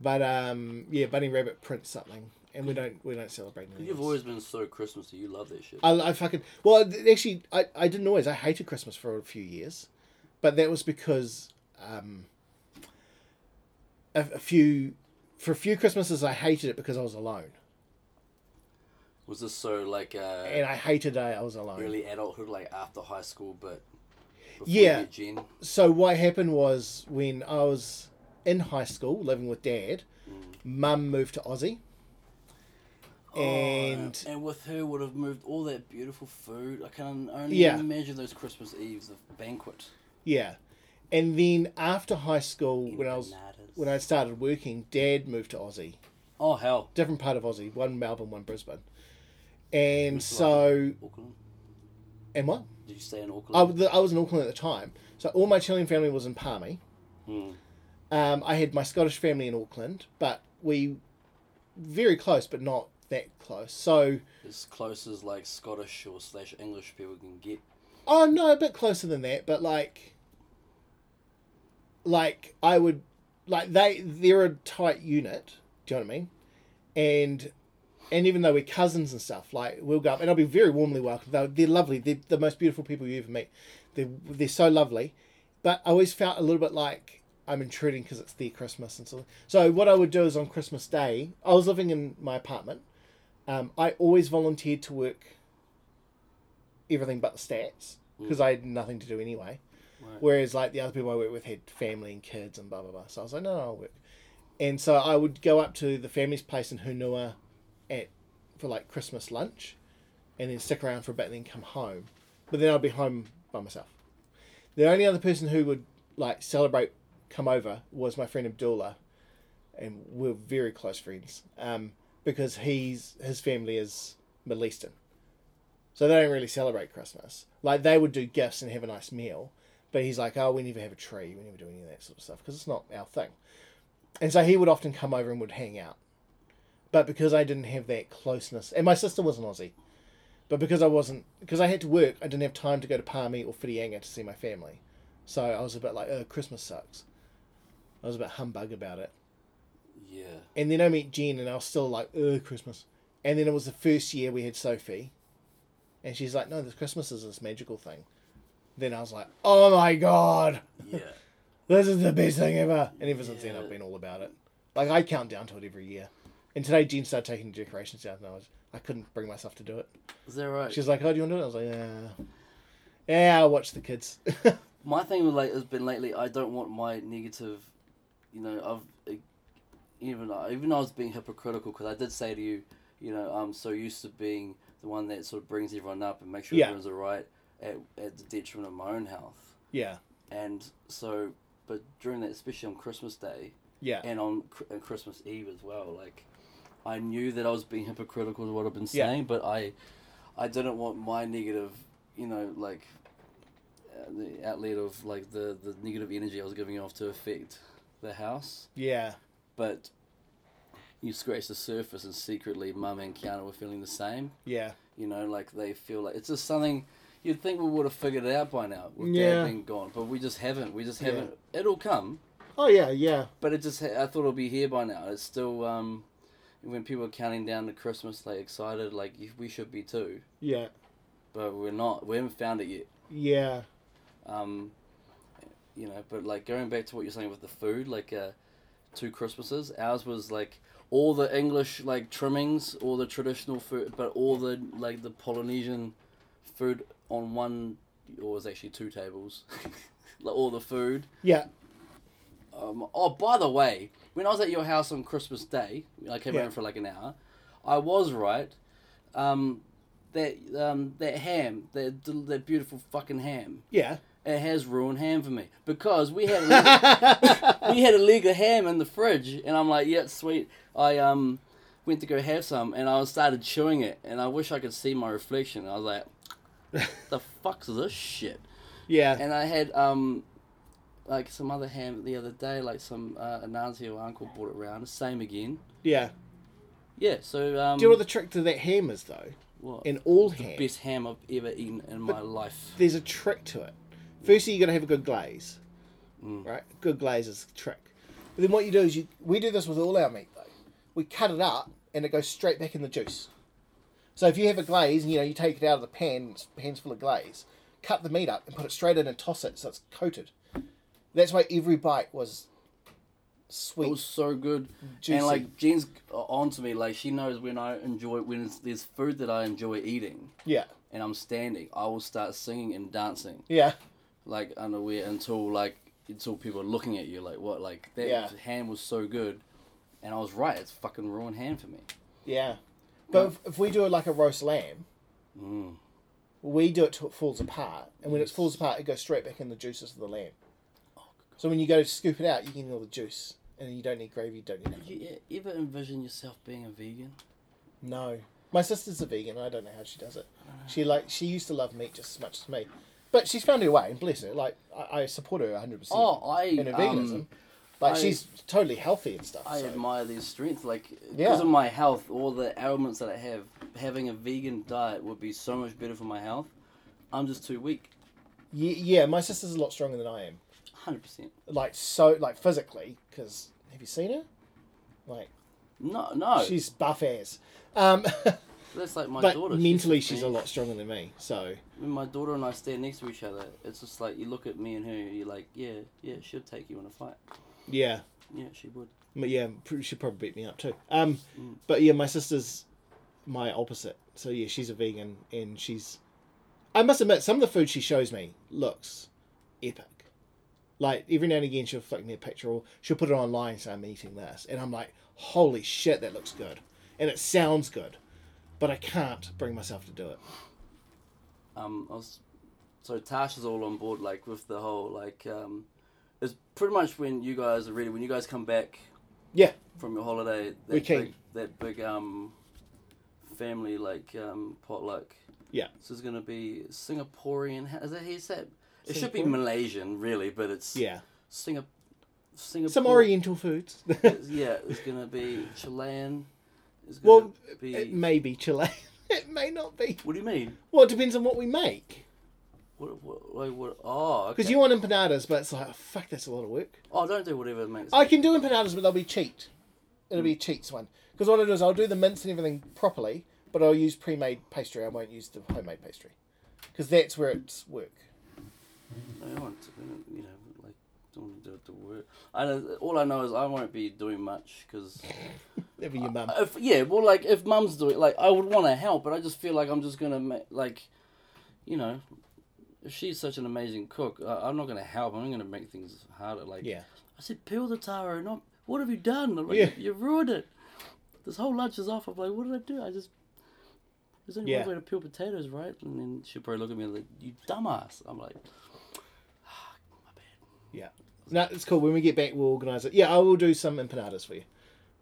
S2: But um, yeah, Bunny Rabbit prints something, and we don't we don't celebrate. New
S1: Hmm. You've
S2: Year's.
S1: always been so Christmassy. You love that shit.
S2: I, I fucking well th- actually I, I didn't always I hated Christmas for a few years, but that was because um, a, a few for a few Christmases I hated it because I was alone
S1: Was this so like uh,
S2: and I hated I, I was alone.
S1: early adulthood, like after high school, but before
S2: Yeah.
S1: you, Jen?
S2: So what happened was when I was in high school living with dad, mum moved to Aussie, and
S1: Oh, and with her would have moved all that beautiful food. I can only
S2: Yeah.
S1: imagine those Christmas Eves, the banquet.
S2: yeah, and then after high school when I was
S1: Empanadas.
S2: when I started working, dad moved to Aussie.
S1: Oh hell,
S2: different part of Aussie, one Melbourne, one Brisbane. And
S1: Brisbane.
S2: so,
S1: Auckland.
S2: and what?
S1: Did you stay in
S2: I,
S1: Auckland?
S2: was- I was in Auckland at the time. So all my Chilean family was in Palmy.
S1: Hmm.
S2: Um, I had my Scottish family in Auckland, but we very close, but not that close. So,
S1: as close as like Scottish or slash English people can get.
S2: oh no, a bit closer than that, but like, like I would, like they they're a tight unit. Do you know what I mean? And and even though we're cousins and stuff, like we'll go up and I'll be very warmly welcomed. They're, they're lovely. They're the most beautiful people you ever meet. They're they're so lovely, but I always felt a little bit like I'm intruding because it's their Christmas and so. So what I would do is on Christmas Day, I was living in my apartment. Um, I always volunteered to work everything but the stats because I had nothing to do anyway.
S1: Right.
S2: Whereas like the other people I worked with had family and kids and blah blah blah. So I was like, no, no, I'll work. And so I would go up to the family's place in Hunua at for like Christmas lunch and then stick around for a bit and then come home. But then I'd be home by myself. The only other person who would like celebrate come over was my friend Abdullah and we're very close friends. Um, because he's his family is Middle Eastern. So they don't really celebrate Christmas. Like they would do gifts and have a nice meal, but he's like, oh, we never have a tree, we never do any of that sort of stuff because it's not our thing. And so he would often come over and would hang out, but because I didn't have that closeness, and my sister was an Aussie, but because I wasn't, because I had to work, I didn't have time to go to Palmy or Whirianga to see my family, so I was a bit like, oh, Christmas sucks. I was a bit humbug about it
S1: Yeah.
S2: and then I met Jen, and I was still like, "Ugh, Christmas." And then it was the first year we had Sophie, and she's like, "No, this Christmas is this magical thing." Then I was like, "Oh my god,
S1: Yeah.
S2: this is the best thing ever!" And ever since then,
S1: Yeah.
S2: I've been all about it. Like I count down to it every year. And today, Jen started taking the decorations down, and I was, I couldn't bring myself to do it.
S1: Is that right?
S2: She's like, "Oh, do you want to do it?" I was like, "Yeah, yeah, I'll watch the kids."
S1: my thing with like has been lately i don't want my negative you know i've uh, even I- even i was being hypocritical because i did say to you you know i'm so used to being the one that sort of brings everyone up and makes sure
S2: Yeah.
S1: everyone's all right at, at the detriment of my own health
S2: yeah,
S1: and so but during that especially on christmas day
S2: yeah,
S1: and on Chr- and Christmas Eve as well. Like, I knew that I was being hypocritical to what I've been
S2: Yeah.
S1: saying, but I, I didn't want my negative, you know, like, uh, the outlet of like the the negative energy I was giving off to affect the house.
S2: yeah,
S1: But you scratch the surface, and secretly, Mum and Kiana were feeling the same.
S2: yeah,
S1: You know, like they feel like it's just something you'd think we would have figured it out by now with
S2: Yeah.
S1: Dad being gone, but we just haven't. We just
S2: Yeah.
S1: haven't. It'll come.
S2: oh yeah, yeah,
S1: But it just, I thought it'll be here by now. It's still, um, when people are counting down to Christmas, like excited, like we should be too,
S2: yeah,
S1: but we're not. We haven't found it yet.
S2: yeah,
S1: Um, you know, but like going back to what you're saying with the food, like uh, two Christmases. Ours was like all the English like trimmings, all the traditional food, but all the like the Polynesian food on one, or it was actually two tables, like all the food.
S2: yeah,
S1: Um, oh, by the way, when I was at your house on Christmas Day, I came
S2: Yeah.
S1: around for like an hour. I was right. Um, that um, that ham, that that beautiful fucking ham,
S2: yeah.
S1: it has ruined ham for me because we had a, we had a leg of ham in the fridge, and I'm like, yeah, sweet. I um went to go have some, and I started chewing it, and I wish I could see my reflection. I was like, the fuck's this shit?
S2: yeah.
S1: And I had um, like some other ham the other day, like some uh, an auntie or uncle brought it round. Same again.
S2: Yeah.
S1: Yeah. So um,
S2: Do you know what the trick to that ham is though?
S1: what?
S2: In all
S1: the
S2: ham,
S1: best ham I've ever eaten in my life.
S2: there's a
S1: Mm.
S2: trick to it. Firstly, you got to have a good glaze, right? Good glaze is the trick. But then what you do is you we do this with all our meat though. We cut it up and it goes straight back in the juice. So if you have a glaze and you know you take it out of the pan, it's pan's full of glaze, cut the meat up and put it straight in and toss it so it's coated. That's why every bite was sweet.
S1: It was so good.
S2: Juicy.
S1: Mm. And like Jen's on to me, like she knows when I enjoy when it's, there's food that I enjoy eating,
S2: yeah,
S1: and I'm standing, I will start singing and dancing
S2: yeah,
S1: like unaware until like until people are looking at you like what like that
S2: Yeah.
S1: ham was so good, and I was right. It's fucking ruined ham for me.
S2: yeah. But if, if we do like a roast lamb,
S1: Mm.
S2: we do it till it falls apart, and when it falls apart, it goes straight back in the juices of the lamb.
S1: Oh,
S2: So when you go to scoop it out, you get all the juice, and you don't need gravy, you don't need nothing.
S1: Did you e- ever envision yourself being a vegan?
S2: No. My sister's a vegan. and I don't know how she does it.
S1: Uh.
S2: She like she used to love meat just as much as me, but she's found her way and bless her. Like I, I support her hundred percent.
S1: Oh, I,
S2: in her veganism,
S1: um,
S2: like
S1: I-
S2: she's totally healthy and stuff.
S1: I
S2: so-
S1: admire their strength. Like because
S2: Yeah.
S1: of my health, all the ailments that I have, having a vegan diet would be so much better for my health. I'm just too weak,
S2: Ye- yeah, my sister's a lot stronger than I am.
S1: hundred percent.
S2: Like so, like physically, because have you seen her? Like
S1: No, no,
S2: she's buff as. Um,
S1: that's like my
S2: but
S1: daughter.
S2: mentally, she's, a
S1: like me.
S2: lot stronger than me. So
S1: When my daughter and I stand next to each other, it's just like you look at me and her, and you're like, yeah, yeah, she'll take you in a fight.
S2: yeah,
S1: Yeah, she would.
S2: But yeah, pr- she'd probably beat me up too. Um, but yeah, my sister's my opposite. So yeah, she's a vegan, and she's. I must admit, some of the food she shows me looks epic. Like every now and again, she'll flick me a picture, or she'll put it online, so I'm eating this, and I'm like, holy shit, that looks good, and it sounds good, but I can't bring myself to do it.
S1: um, I was, so Tash is all on board, like with the whole like, um, it's pretty much when you guys are ready. When you guys come back
S2: Yeah,
S1: from your holiday, that
S2: We came.
S1: big, that big um, family like um, potluck.
S2: Yeah.
S1: So it's gonna be Singaporean. ha- Is that how you said? It should be
S2: Singaporean?
S1: Malaysian, really, but it's
S2: yeah,
S1: Singa- Singapore.
S2: some Oriental foods.
S1: Yeah, it's gonna be Chilean. It's gonna
S2: well, uh,
S1: be.
S2: it may be Chile. It may not be.
S1: what do you mean?
S2: Well, it depends on what we make.
S1: What? What? Like, what oh,
S2: Because
S1: okay.
S2: you want empanadas, but it's like, oh, fuck, that's a lot of work.
S1: Oh, don't do whatever makes.
S2: I can do empanadas, but they'll be cheat. It'll be a cheats one. Because what I do is I'll do the mince and everything properly, but I'll use pre made pastry. I won't use the homemade pastry. Because that's where it's work.
S1: I don't want to, you know, like, don't want to do it to work. I don't, all I know is I won't be doing much because,
S2: That'd be your mum.
S1: if yeah, well, like if mum's doing, like I would want to help, but I just feel like I'm just gonna ma- like, you know, if she's such an amazing cook, I, I'm not gonna help. I'm gonna make things harder. Like
S2: Yeah.
S1: I said, peel the taro. Not what have you done? I'm like,
S2: Yeah.
S1: you ruined it. This whole lunch is off. I'm like, what did I do? I just. There's only
S2: Yeah.
S1: one way to peel potatoes, right? And then she'll probably look at me like, you dumbass. I'm like, my bad.
S2: Yeah. No, it's cool. When we get back, we'll organise it. Yeah, I will do some empanadas for you.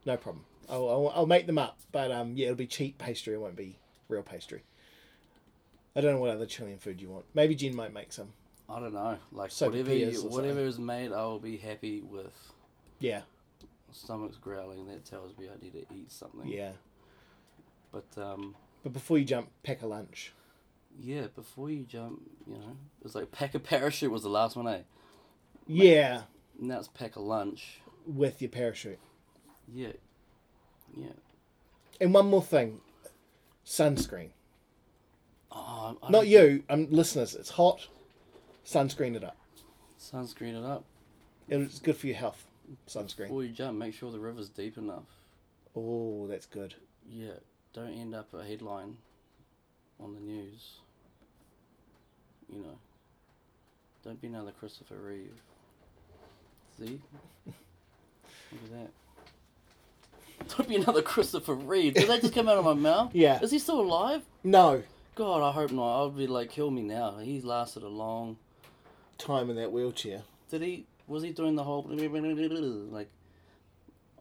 S2: No problem. I'll, I'll, I'll make them up, but um, yeah, it'll be cheap pastry. It won't be real pastry. I don't know what other Chilean food you want. Maybe Jen might make some.
S1: I don't know. Like
S2: Soap
S1: whatever you,
S2: appears or
S1: whatever is made, I will be happy with.
S2: Yeah.
S1: Stomach's growling. That tells me I need to eat something.
S2: Yeah.
S1: But um,
S2: But before you jump, pack a lunch.
S1: yeah. Before you jump, you know, it was like pack a parachute was the last one, eh?
S2: Yeah.
S1: Now it's pack a lunch.
S2: With your parachute.
S1: Yeah, yeah.
S2: And one more thing, sunscreen.
S1: Oh, I- I
S2: Not
S1: don't
S2: you, um, listeners. It's hot. Sunscreen it up.
S1: Sunscreen it up
S2: It's good for your health. Sunscreen.
S1: before you jump. Make sure the river's deep enough.
S2: Oh, that's good.
S1: Yeah. Don't end up a headline on the news. You know. Don't be another Christopher Reeve. See? Look at that. Don't be another Christopher Reeve. Did that just come out of my mouth?
S2: Yeah.
S1: Is he still alive?
S2: No
S1: God, I hope not. I would be like, kill me now. He's lasted a long.
S2: time in that wheelchair.
S1: Did he? Was he doing the whole like?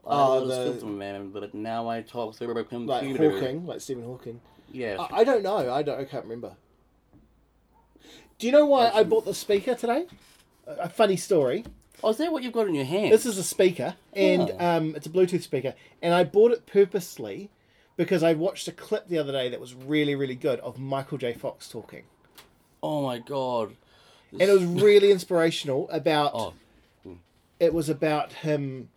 S2: Oh,
S1: I was the...
S2: the-
S1: man, but now I talk through a computer.
S2: Like Hawking, like Stephen Hawking.
S1: Yeah.
S2: I, I don't know. I don't. I can't remember. Do you know why I bought the speaker today? A a funny story.
S1: Oh, is that what you've got in your hand?
S2: This is a speaker, and
S1: Oh.
S2: um, it's a Bluetooth speaker, and I bought it purposely because I watched a clip the other day that was really, really good of Michael J. Fox talking.
S1: Oh my god.
S2: and it was really inspirational about
S1: Oh.
S2: it was about him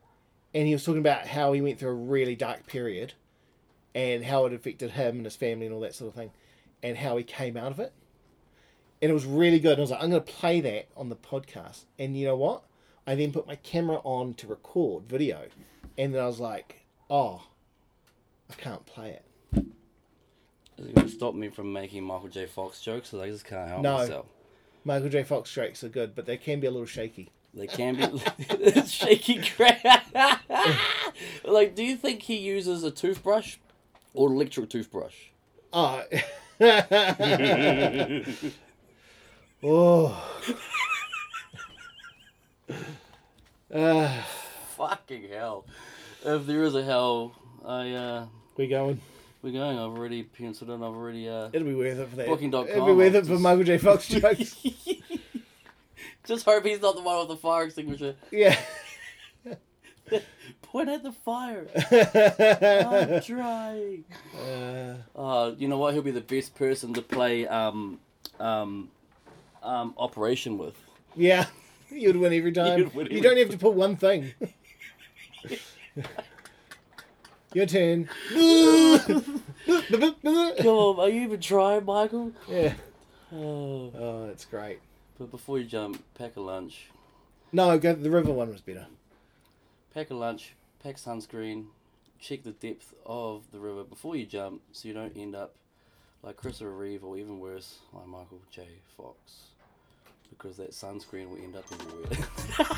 S2: and he was talking about how he went through a really dark period, and how it affected him and his family and all that sort of thing, and how he came out of it. And it was really good. And I was like, I'm going to play that on the podcast. And you know what? I then put my camera on to record video, and then I was like, oh, I can't play it.
S1: Is it going to stop me from making Michael J. Fox jokes? Because I just can't help
S2: No.
S1: myself.
S2: Michael J. Fox strikes are good, but they can be a little shaky.
S1: They can be shaky crap. like, do you think he uses a toothbrush or an electric toothbrush?
S2: Oh. oh. Uh,
S1: Fucking hell! If there is a hell, I uh,
S2: we going.
S1: we're going. I've already penciled in. I've already uh,
S2: It'll be worth it for that.
S1: Booking.com,
S2: It'll be worth it for
S1: just-
S2: Michael J. Fox jokes.
S1: just hope he's not the one with the fire extinguisher.
S2: yeah.
S1: Point at the fire. I'm
S2: uh,
S1: trying. Uh, you know what? He'll be the best person to play um, um, um, Operation with.
S2: yeah. You'd win every time.
S1: You'd win
S2: you
S1: every
S2: don't have to put one thing. Your turn.
S1: Come on, are you even trying, Michael?
S2: yeah.
S1: Oh.
S2: Oh, that's great.
S1: But before you jump, pack a lunch.
S2: No, go, the river one was better.
S1: Pack a lunch, pack sunscreen, check the depth of the river before you jump so you don't end up like Christopher Reeve or even worse, like Michael J. Fox. Because that sunscreen will end up everywhere.